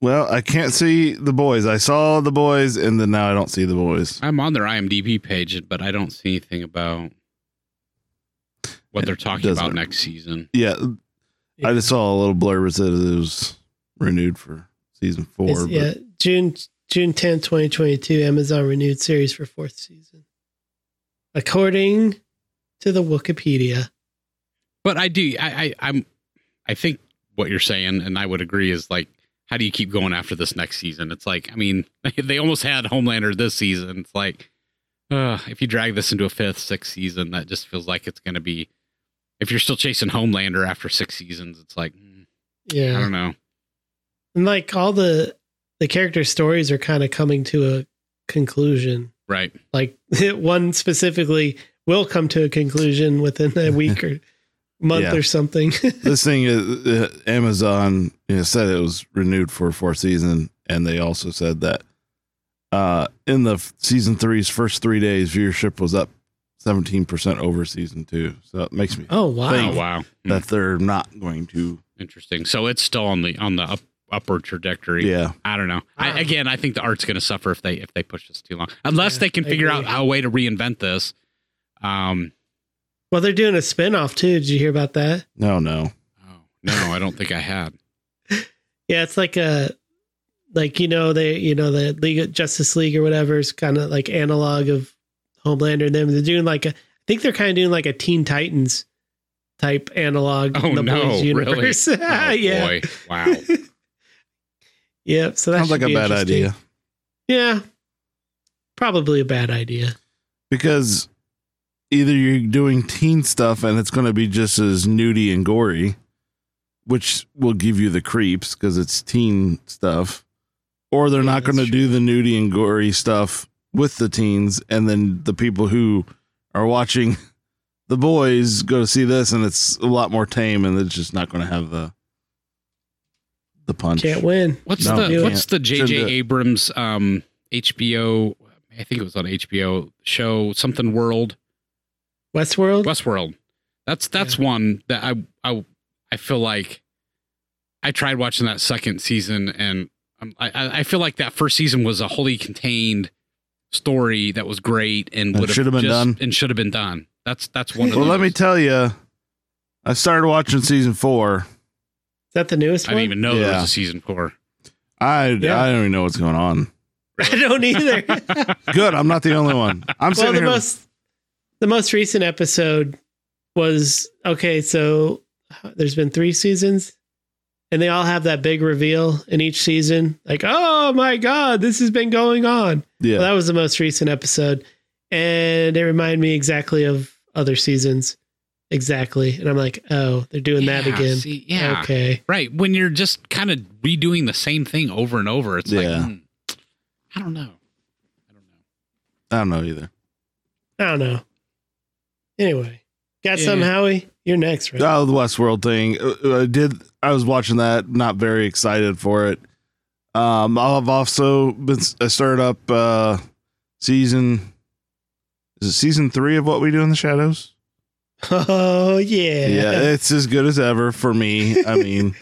S3: well, I can't see the boys. I saw the boys, and then now I don't see the boys.
S1: I'm on their IMDb page, but I don't see anything about what they're talking
S3: doesn't-
S1: about next season.
S3: Yeah, I just saw a little blurb that said it was renewed for season four.
S4: It's-
S3: but
S4: yeah, June June 10, 2022, Amazon renewed series for fourth season. According to the Wikipedia.
S1: But I do. I, I I'm. I think what you're saying, and I would agree, is like, how do you keep going after this next season? It's like, I mean, they almost had Homelander this season. It's like, uh, if you drag this into a fifth, sixth season, that just feels like it's gonna be. If you're still chasing Homelander after six seasons, it's like, mm, I
S3: Hmm.
S4: Yeah.
S1: don't know.
S4: And like all the the character stories are kind of coming to a conclusion.
S1: Right.
S4: Like one specifically will come to a conclusion within a week or month
S3: Yeah.
S4: or something.
S3: this thing, is, uh, Amazon you know, said it was renewed for a fourth season, and they also said that uh, in the f- season three's first three days, viewership was up seventeen percent over season two. So it makes me
S4: oh wow.
S1: Oh wow. Hmm.
S3: that they're not going to.
S1: Interesting. So it's still on the on the up, upward trajectory.
S3: Yeah,
S1: I don't know.
S4: Wow.
S1: I, again, I think the art's going to suffer if they if they push this too long, unless
S4: Yeah,
S1: they can
S4: I
S1: figure out
S4: agree.
S1: a way to reinvent this. Um,
S4: Well, they're doing a spinoff too. Did you hear about that?
S3: no, no.
S1: oh, no, I don't think I had.
S4: Yeah, it's like a like you know they you know the League of Justice League or whatever is kind of like analog of Homelander and them. They're doing like a, I think they're kind of doing like a Teen Titans type analog.
S1: Oh no, really? Oh,
S4: yeah.
S1: boy, wow.
S4: Yep. So that
S3: Sounds like
S4: should
S3: a
S4: be
S3: bad
S4: interesting.
S3: idea
S4: Yeah. Probably a bad idea.
S3: because either you're doing teen stuff and it's going to be just as nudie and gory, which will give you the creeps because it's teen stuff, or they're
S4: Yeah,
S3: not going to
S4: that's
S3: do the nudie and gory stuff with the teens, and then the people who are watching the boys go to see this, and it's a lot more tame, and it's just not going to have the the punch.
S4: Can't win.
S1: What's
S3: No,
S1: the
S4: you
S1: What's the
S3: Shouldn't
S1: J.J.
S3: do it.
S1: Abrams um, HBO? I think it was on HBO show something World
S4: Westworld.
S1: Westworld. That's that's one that I I I feel like I tried watching that second season, and um, I- I I feel like that first season was a wholly contained story that was great and
S3: And
S1: would
S3: should have been
S1: just-
S3: done.
S1: and should have been done. That's that's one. Of
S3: Well, let
S1: those.
S3: me tell you, I started watching season four.
S4: Is that the newest
S1: I
S4: one?
S1: didn't even know there
S3: Yeah.
S1: was a season four.
S3: I
S4: Yeah.
S3: I don't even know what's going on.
S4: I don't either.
S3: Good, I'm not the only one. I'm
S4: well,
S3: sitting
S4: the
S3: here.
S4: most the most recent episode was okay. So there's been three seasons, and they all have that big reveal in each season. Like, oh my god, this has been going on.
S3: yeah,
S4: Well, that was the most recent episode, and it reminded me exactly of other seasons. Exactly, and I'm like, oh, they're doing that
S1: Yeah,
S4: again.
S1: see, yeah.
S4: Okay.
S1: Right. When you're just kind of redoing the same thing over and over, it's
S3: Yeah.
S1: like, hmm, I don't know. I don't know.
S3: I don't know either.
S4: I don't know. Anyway, got
S1: Yeah.
S4: some Howie. You're next, right?
S3: Oh, the Westworld thing. Uh, I did. I was watching that. Not very excited for it. Um, I've also been. I started up uh, season. Is it season three of what we do in the shadows?
S4: Oh yeah.
S3: Yeah, it's as good as ever for me. I mean,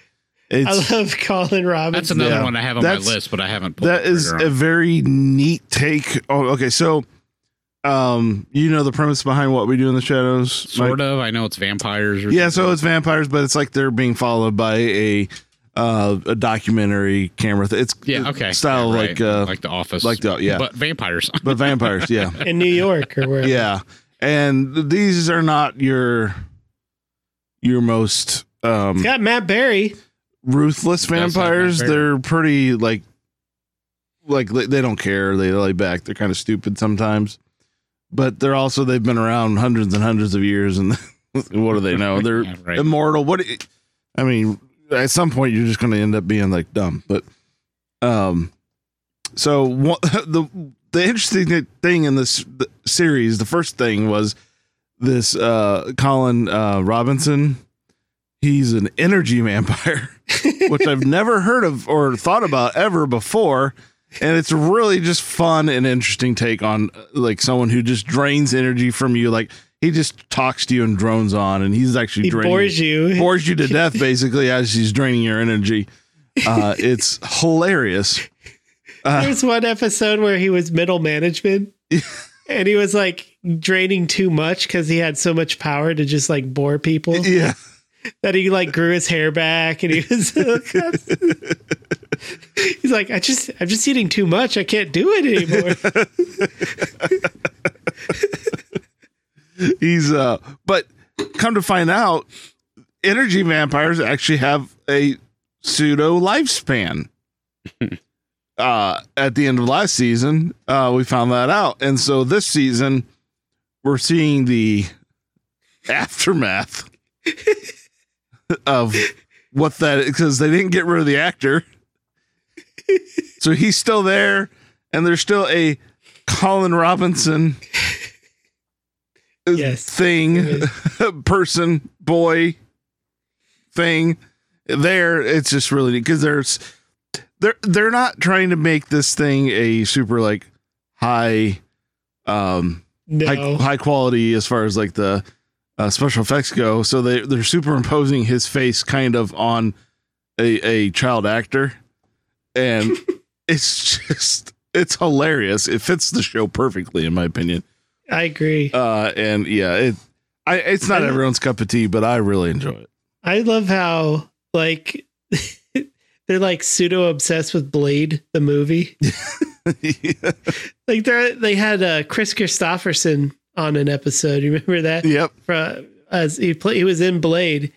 S3: it's
S4: I love Colin
S1: That's
S4: Robinson.
S1: another
S3: Yeah.
S1: one I have on
S3: That's-
S1: my list, but I haven't. Pulled
S3: that
S1: the
S3: is
S1: trigger
S3: a
S1: on.
S3: very neat take. Oh, okay, so um, you know the premise behind what we do in the shadows, Mike?
S1: sort of. I know it's vampires. Or
S3: Yeah, so it's vampires, but it's like they're being followed by a uh, a documentary camera. Th- it's
S1: yeah. Okay.
S3: style
S1: Yeah, right.
S3: like uh,
S1: like the office,
S3: like the- yeah.
S1: but vampires.
S3: but vampires. Yeah,
S4: in New York or wherever.
S3: yeah, and these are not your your most um
S4: It's got Matt Berry.
S3: ruthless
S1: not
S3: vampires.
S1: vampire.
S3: They're pretty like like they they don't care. They lay back. They're kind of stupid sometimes, but they're also they've been around hundreds and hundreds of years. And what do they know? They're
S1: Yeah, right.
S3: immortal. What I mean, at some point you're just going to end up being like dumb. But um, so one, the the interesting thing in this series, the first thing was this uh Colin uh Robinson. He's an energy vampire, which I've never heard of or thought about ever before. And it's really just fun and interesting take on uh, like someone who just drains energy from you. Like he just talks to you and drones on, and he's actually
S4: He
S3: draining
S4: bores you.
S3: bores you to death basically as she's draining your energy. Uh, it's hilarious.
S4: There's
S3: Uh.
S4: one episode where he was middle management and he was like draining too much because he had so much power to just like bore people
S3: Yeah,
S4: that he like grew his hair back and he was he's like I just I'm just eating too much I can't do it anymore
S3: he's uh, but come to find out, energy vampires actually have a pseudo lifespan. uh, at the end of last season, uh, we found that out, and so this season, we're seeing the aftermath of what that because they didn't get rid of the actor. so he's still there, and there's still a Colin Robinson
S4: Yes.
S3: thing, person, boy thing there. It's just really because there's they're they're not trying to make this thing a super like high um high,
S4: no
S3: high quality as far as like the uh, special effects go. So they they're superimposing his face kind of on a a child actor, and it's just it's hilarious. It fits the show perfectly, in my opinion.
S4: I agree
S3: Uh, and yeah, it I it's not everyone's cup of tea, but I really enjoy it.
S4: I love how like they're like pseudo obsessed with Blade the movie like they they had uh, Chris Christopherson on an episode. You remember that?
S3: Yep.
S4: From as he play, he was in Blade.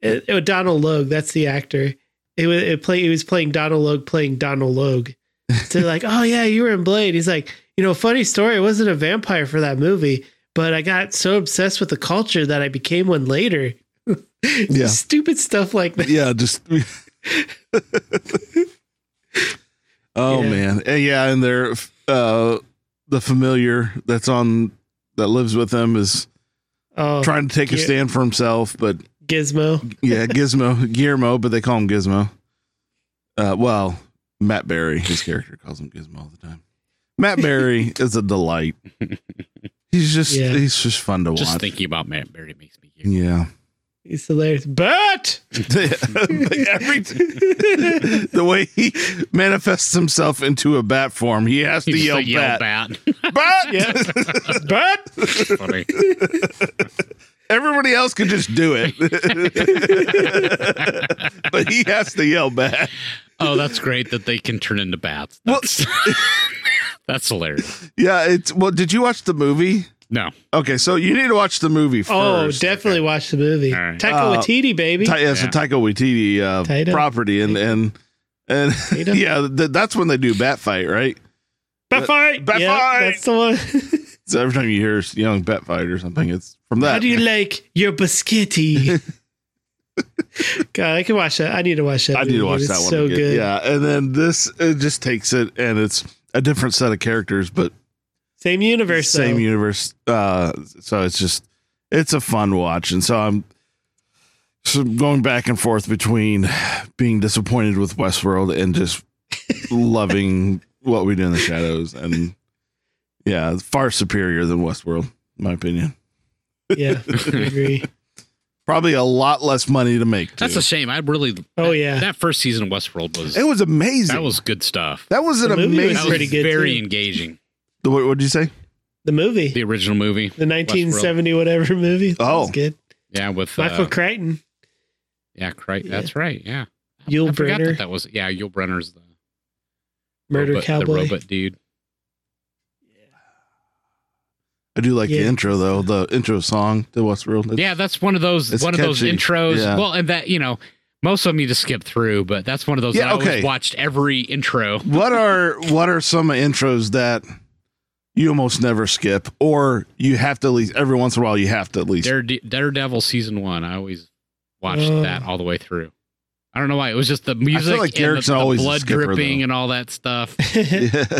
S4: It, it was Donald Logue. That's the actor. It was it play. He was playing Donald Logue, playing Donald Logue. So they're like, oh yeah, you were in Blade. He's like, you know, funny story. I wasn't a vampire for that movie, but I got so obsessed with the culture that I became one later.
S3: Yeah.
S4: Stupid stuff like that.
S3: yeah, just. oh
S4: Yeah.
S3: man, and yeah, and their uh, the familiar that's on that lives with them is
S4: Oh,
S3: trying to take a
S4: yeah.
S3: stand for himself, but
S4: Gizmo.
S3: yeah, Gizmo, Guillermo, but they call him Gizmo. Uh, well, Matt Berry, his character calls him Gizmo all the time. Matt Berry is a delight. He's just
S4: Yeah.
S3: he's just fun to
S1: Just
S3: watch.
S1: thinking about Matt Berry makes me. giggle.
S3: yeah.
S4: He's hilarious. But
S3: Every t- the way he manifests himself into a bat form, he has to
S1: He's
S3: yell,
S1: a yell
S3: bat.
S1: bat.
S3: Bat!
S4: yeah, but
S1: Funny.
S3: Everybody else could just do it. but he has to yell bat.
S1: Oh, that's great that they can turn into bats.
S3: Well-
S1: That's, that's hilarious.
S3: Yeah, it's well, did you watch the movie?
S1: No,
S3: Okay, so you need to watch the movie first.
S4: Oh, definitely watch the movie.
S1: All right.
S4: Taika
S3: Uh,
S4: Waititi, baby.
S3: Ta- yeah, so
S1: Yeah.
S3: Taika Waititi uh,
S4: Taita.
S3: property and and and
S4: Taita.
S3: yeah, th- that's when they do bat fight, right?
S4: Bat fight.
S3: Bat
S4: Yeah,
S3: fight!
S4: That's the one.
S3: So every time you hear young bat fight or something, it's from that.
S4: How do you like your biscotti? God, I can watch that. I need to watch that.
S3: I need
S4: movie,
S3: to watch
S4: dude.
S3: that
S4: It's
S3: one.
S4: So
S3: again.
S4: good.
S3: Yeah, and then this it just takes it, and it's a different set of characters, but
S4: Same universe.
S3: same
S4: though.
S3: universe. Uh, so it's just it's a fun watch, and so I'm so I'm going back and forth between being disappointed with Westworld and just loving what we do in the shadows, and yeah, it's far superior than Westworld, in my opinion.
S4: yeah, I agree.
S3: Probably a lot less money to make.
S1: that's
S3: too.
S1: a shame. I really.
S4: Oh, yeah.
S1: That first season of Westworld was
S3: it was amazing.
S1: that was good stuff.
S3: that was an
S4: The movie was
S1: That
S3: amazing.
S1: was
S4: pretty good,
S1: Very
S4: too.
S1: engaging.
S3: what did you say?
S4: The movie,
S1: The original movie.
S4: the 1970 whatever movie. That
S3: Oh.
S4: was good.
S1: Yeah, with
S4: Michael
S1: uh,
S4: Crichton,
S1: yeah, right.
S4: Yeah.
S1: That's right. Yeah,
S4: Yul
S1: I forgot
S4: Brynner,
S1: that that was yeah. Yul Brenner's the
S4: Murder
S1: robot, the
S4: Cowboy.
S1: robot dude.
S3: I do like the
S4: Yeah.
S3: intro though, the intro song to Westworld. It's-
S1: yeah, that's one of those
S3: It's
S1: one of those
S3: catchy.
S1: intros.
S3: Yeah.
S1: Well, and that you know, most of them you just skip through, but that's one of those.
S3: Yeah,
S1: that I
S3: okay.
S1: always watched every intro.
S3: What are what are some intros that you almost never skip, or you have to at least every once in a while you have to at least.
S1: Darede- Daredevil season one. I always watched
S4: Oh.
S1: that all the way through. I don't know why. It was just the music
S3: like
S1: and the,
S3: Garrick's
S1: the
S3: always a
S1: blood
S3: skipper,
S1: dripping
S3: though.
S1: and all that stuff.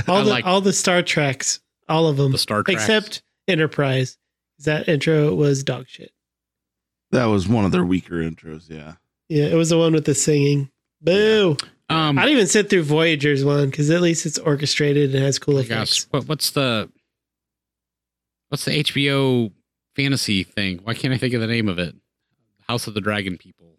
S4: all
S1: I
S4: the
S1: like-
S4: all the Star Treks, all of them,
S1: The Star Trek.
S4: except Enterprise. That intro was dog shit.
S3: that was one of their weaker intros. Yeah,
S4: Yeah, it was the one with the singing. Boo!
S1: um,
S4: I didn't even sit through Voyager's one because at least it's orchestrated and has cool
S1: my
S4: effects.
S1: gosh, what, what's the what's the HBO fantasy thing? Why can't I think of the name of it? House of the Dragon people.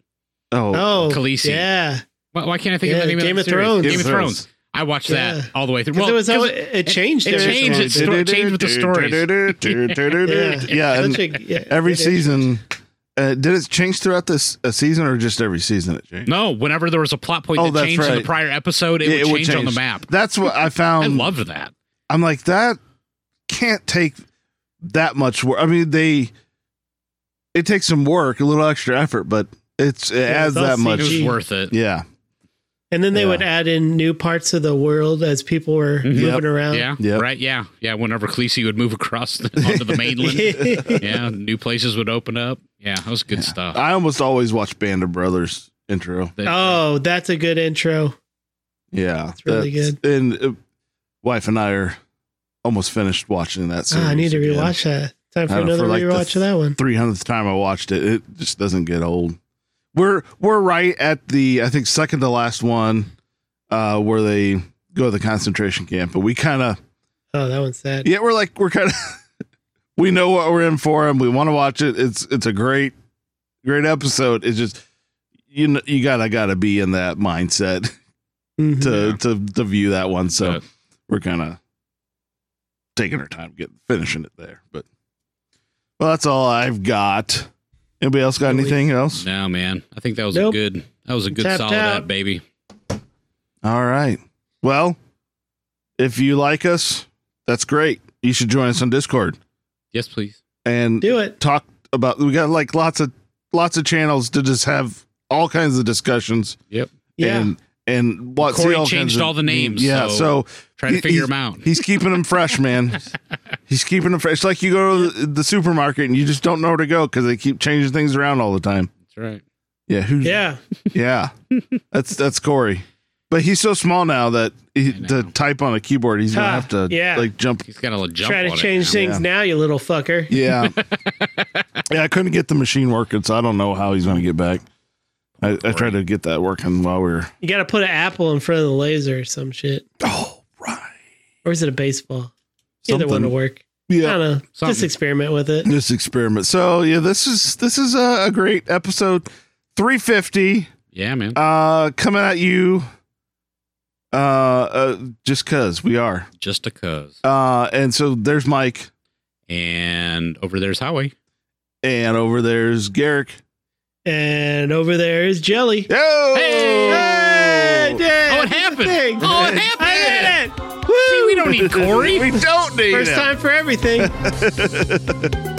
S3: oh,
S4: Oh,
S1: Khaleesi.
S4: yeah,
S1: Why, why can't I think of
S4: Yeah,
S1: the name
S4: Game
S1: of,
S4: of
S1: that series?
S4: Thrones.
S1: Game of Thrones. I watched
S4: Yeah.
S1: that all the way through.
S4: because
S1: Well,
S4: it was
S1: 'cause
S4: always,
S1: it-
S4: it, changed.
S1: it
S4: every
S1: changed
S4: time.
S1: its sto- changed with the stories.
S3: yeah, and
S4: Such a- yeah,
S3: every
S4: it-
S3: season. Uh, did it change throughout this a season, or just every season it changed?
S1: no, whenever there was a plot point
S3: Oh,
S1: that
S3: that's
S1: changed in the
S3: right.
S1: prior episode, it,
S3: Yeah,
S1: would,
S3: it would
S1: change, on the
S3: change. Um,
S1: map.
S3: That's what I found.
S1: I loved that.
S3: I'm like that can't take that much work. I mean, they it takes some work, a little extra effort, but it's it
S4: Yeah,
S3: adds
S4: it's all
S3: that
S1: It
S3: much.
S1: was
S4: Gee.
S1: worth it.
S3: Yeah,
S4: And then they
S3: Yeah.
S4: would add in new parts of the world as people were
S1: Mhm.
S4: moving around.
S1: Yeah.
S3: Yep.
S1: Right. Yeah. Yeah. Whenever Khaleesi would move across the, onto the mainland, yeah, new places would open up. Yeah, that was good stuff.
S3: I almost always watch Band of Brothers intro.
S1: That- uh,
S4: oh, that's a good intro.
S3: Yeah,
S4: It's really
S3: good. And uh, wife and I are almost finished watching that.
S4: Ah,
S3: Series
S4: I need to rewatch that. Time for
S3: I don't know,
S4: another
S3: for like the
S4: rewatch of that one.
S3: Three hundredth time I watched it, it just doesn't get old. We're we're right at the I think second to last one, uh, where they go to the concentration camp, but we kind of
S4: Oh, that one's sad.
S3: yeah, we're like we're kind of we know what we're in for, and we want to watch it. It's it's a great great episode. It's just you know you gotta gotta be in that mindset
S4: Mhm.
S3: to
S1: Yeah.
S3: to to view that one. So
S1: But-
S3: we're kind of taking our time getting finishing it there. But well, that's all I've got. Anybody else got
S4: Really?
S3: anything else?
S1: no, man. I think that was a
S4: Nope.
S1: good. That was a good
S4: Tapped
S1: solid
S4: out.
S1: app, baby.
S3: All right. Well, if you like us, that's great. You should join us on Discord
S1: Yes, please.
S3: and
S4: Do it.
S3: talk about. We got like lots of lots of channels to just have all kinds of discussions
S4: Yeah.
S3: and and what see
S1: Corey
S3: all
S1: changed
S3: kinds of
S1: all the names,
S3: Yeah,
S1: so-
S3: so
S1: Try to
S3: He-
S1: figure
S3: he's-
S1: them out.
S3: He's keeping them fresh, man. He's keeping them fresh. It's like you go to the- the supermarket and you just don't know where to go because they keep changing things around all the time.
S1: That's right.
S3: Yeah, who's,
S4: yeah.
S3: yeah. That's that's Corey, but he's so small now that he,
S1: I know.
S3: to type on a keyboard, he's gonna
S4: Ha,
S3: have to
S4: yeah.
S3: like jump.
S1: He's got a jump.
S4: Try to
S1: on it
S4: change
S1: now.
S4: things
S3: Yeah.
S4: now, you little fucker.
S3: Yeah, yeah. I couldn't get the machine working, so I don't know how he's gonna get back. I, I tried to get that working while we were.
S4: You got to put an apple in front of the laser or some shit.
S3: Oh right.
S4: Or is it a baseball? Either one
S3: Something.
S4: will work. I
S3: Yeah.
S4: don't know. Just
S1: Something.
S4: experiment with it.
S3: This experiment. So yeah, this is this is a, a great episode. Three fifty.
S1: Yeah, man.
S3: uh coming at you uh, uh just cuz we are
S1: Just a cuz.
S3: uh and so there's mike
S1: And over there's Howie.
S3: and over there's garrick
S4: And over there is jelly.
S3: Yo!
S4: Hey, Dave,
S1: Oh, it
S4: it's a
S1: happened.
S4: thing.
S1: Oh, it
S4: I
S1: happened.
S4: did it.
S1: See, we don't need Corey.
S3: we don't need
S4: First
S3: him.
S4: time for everything.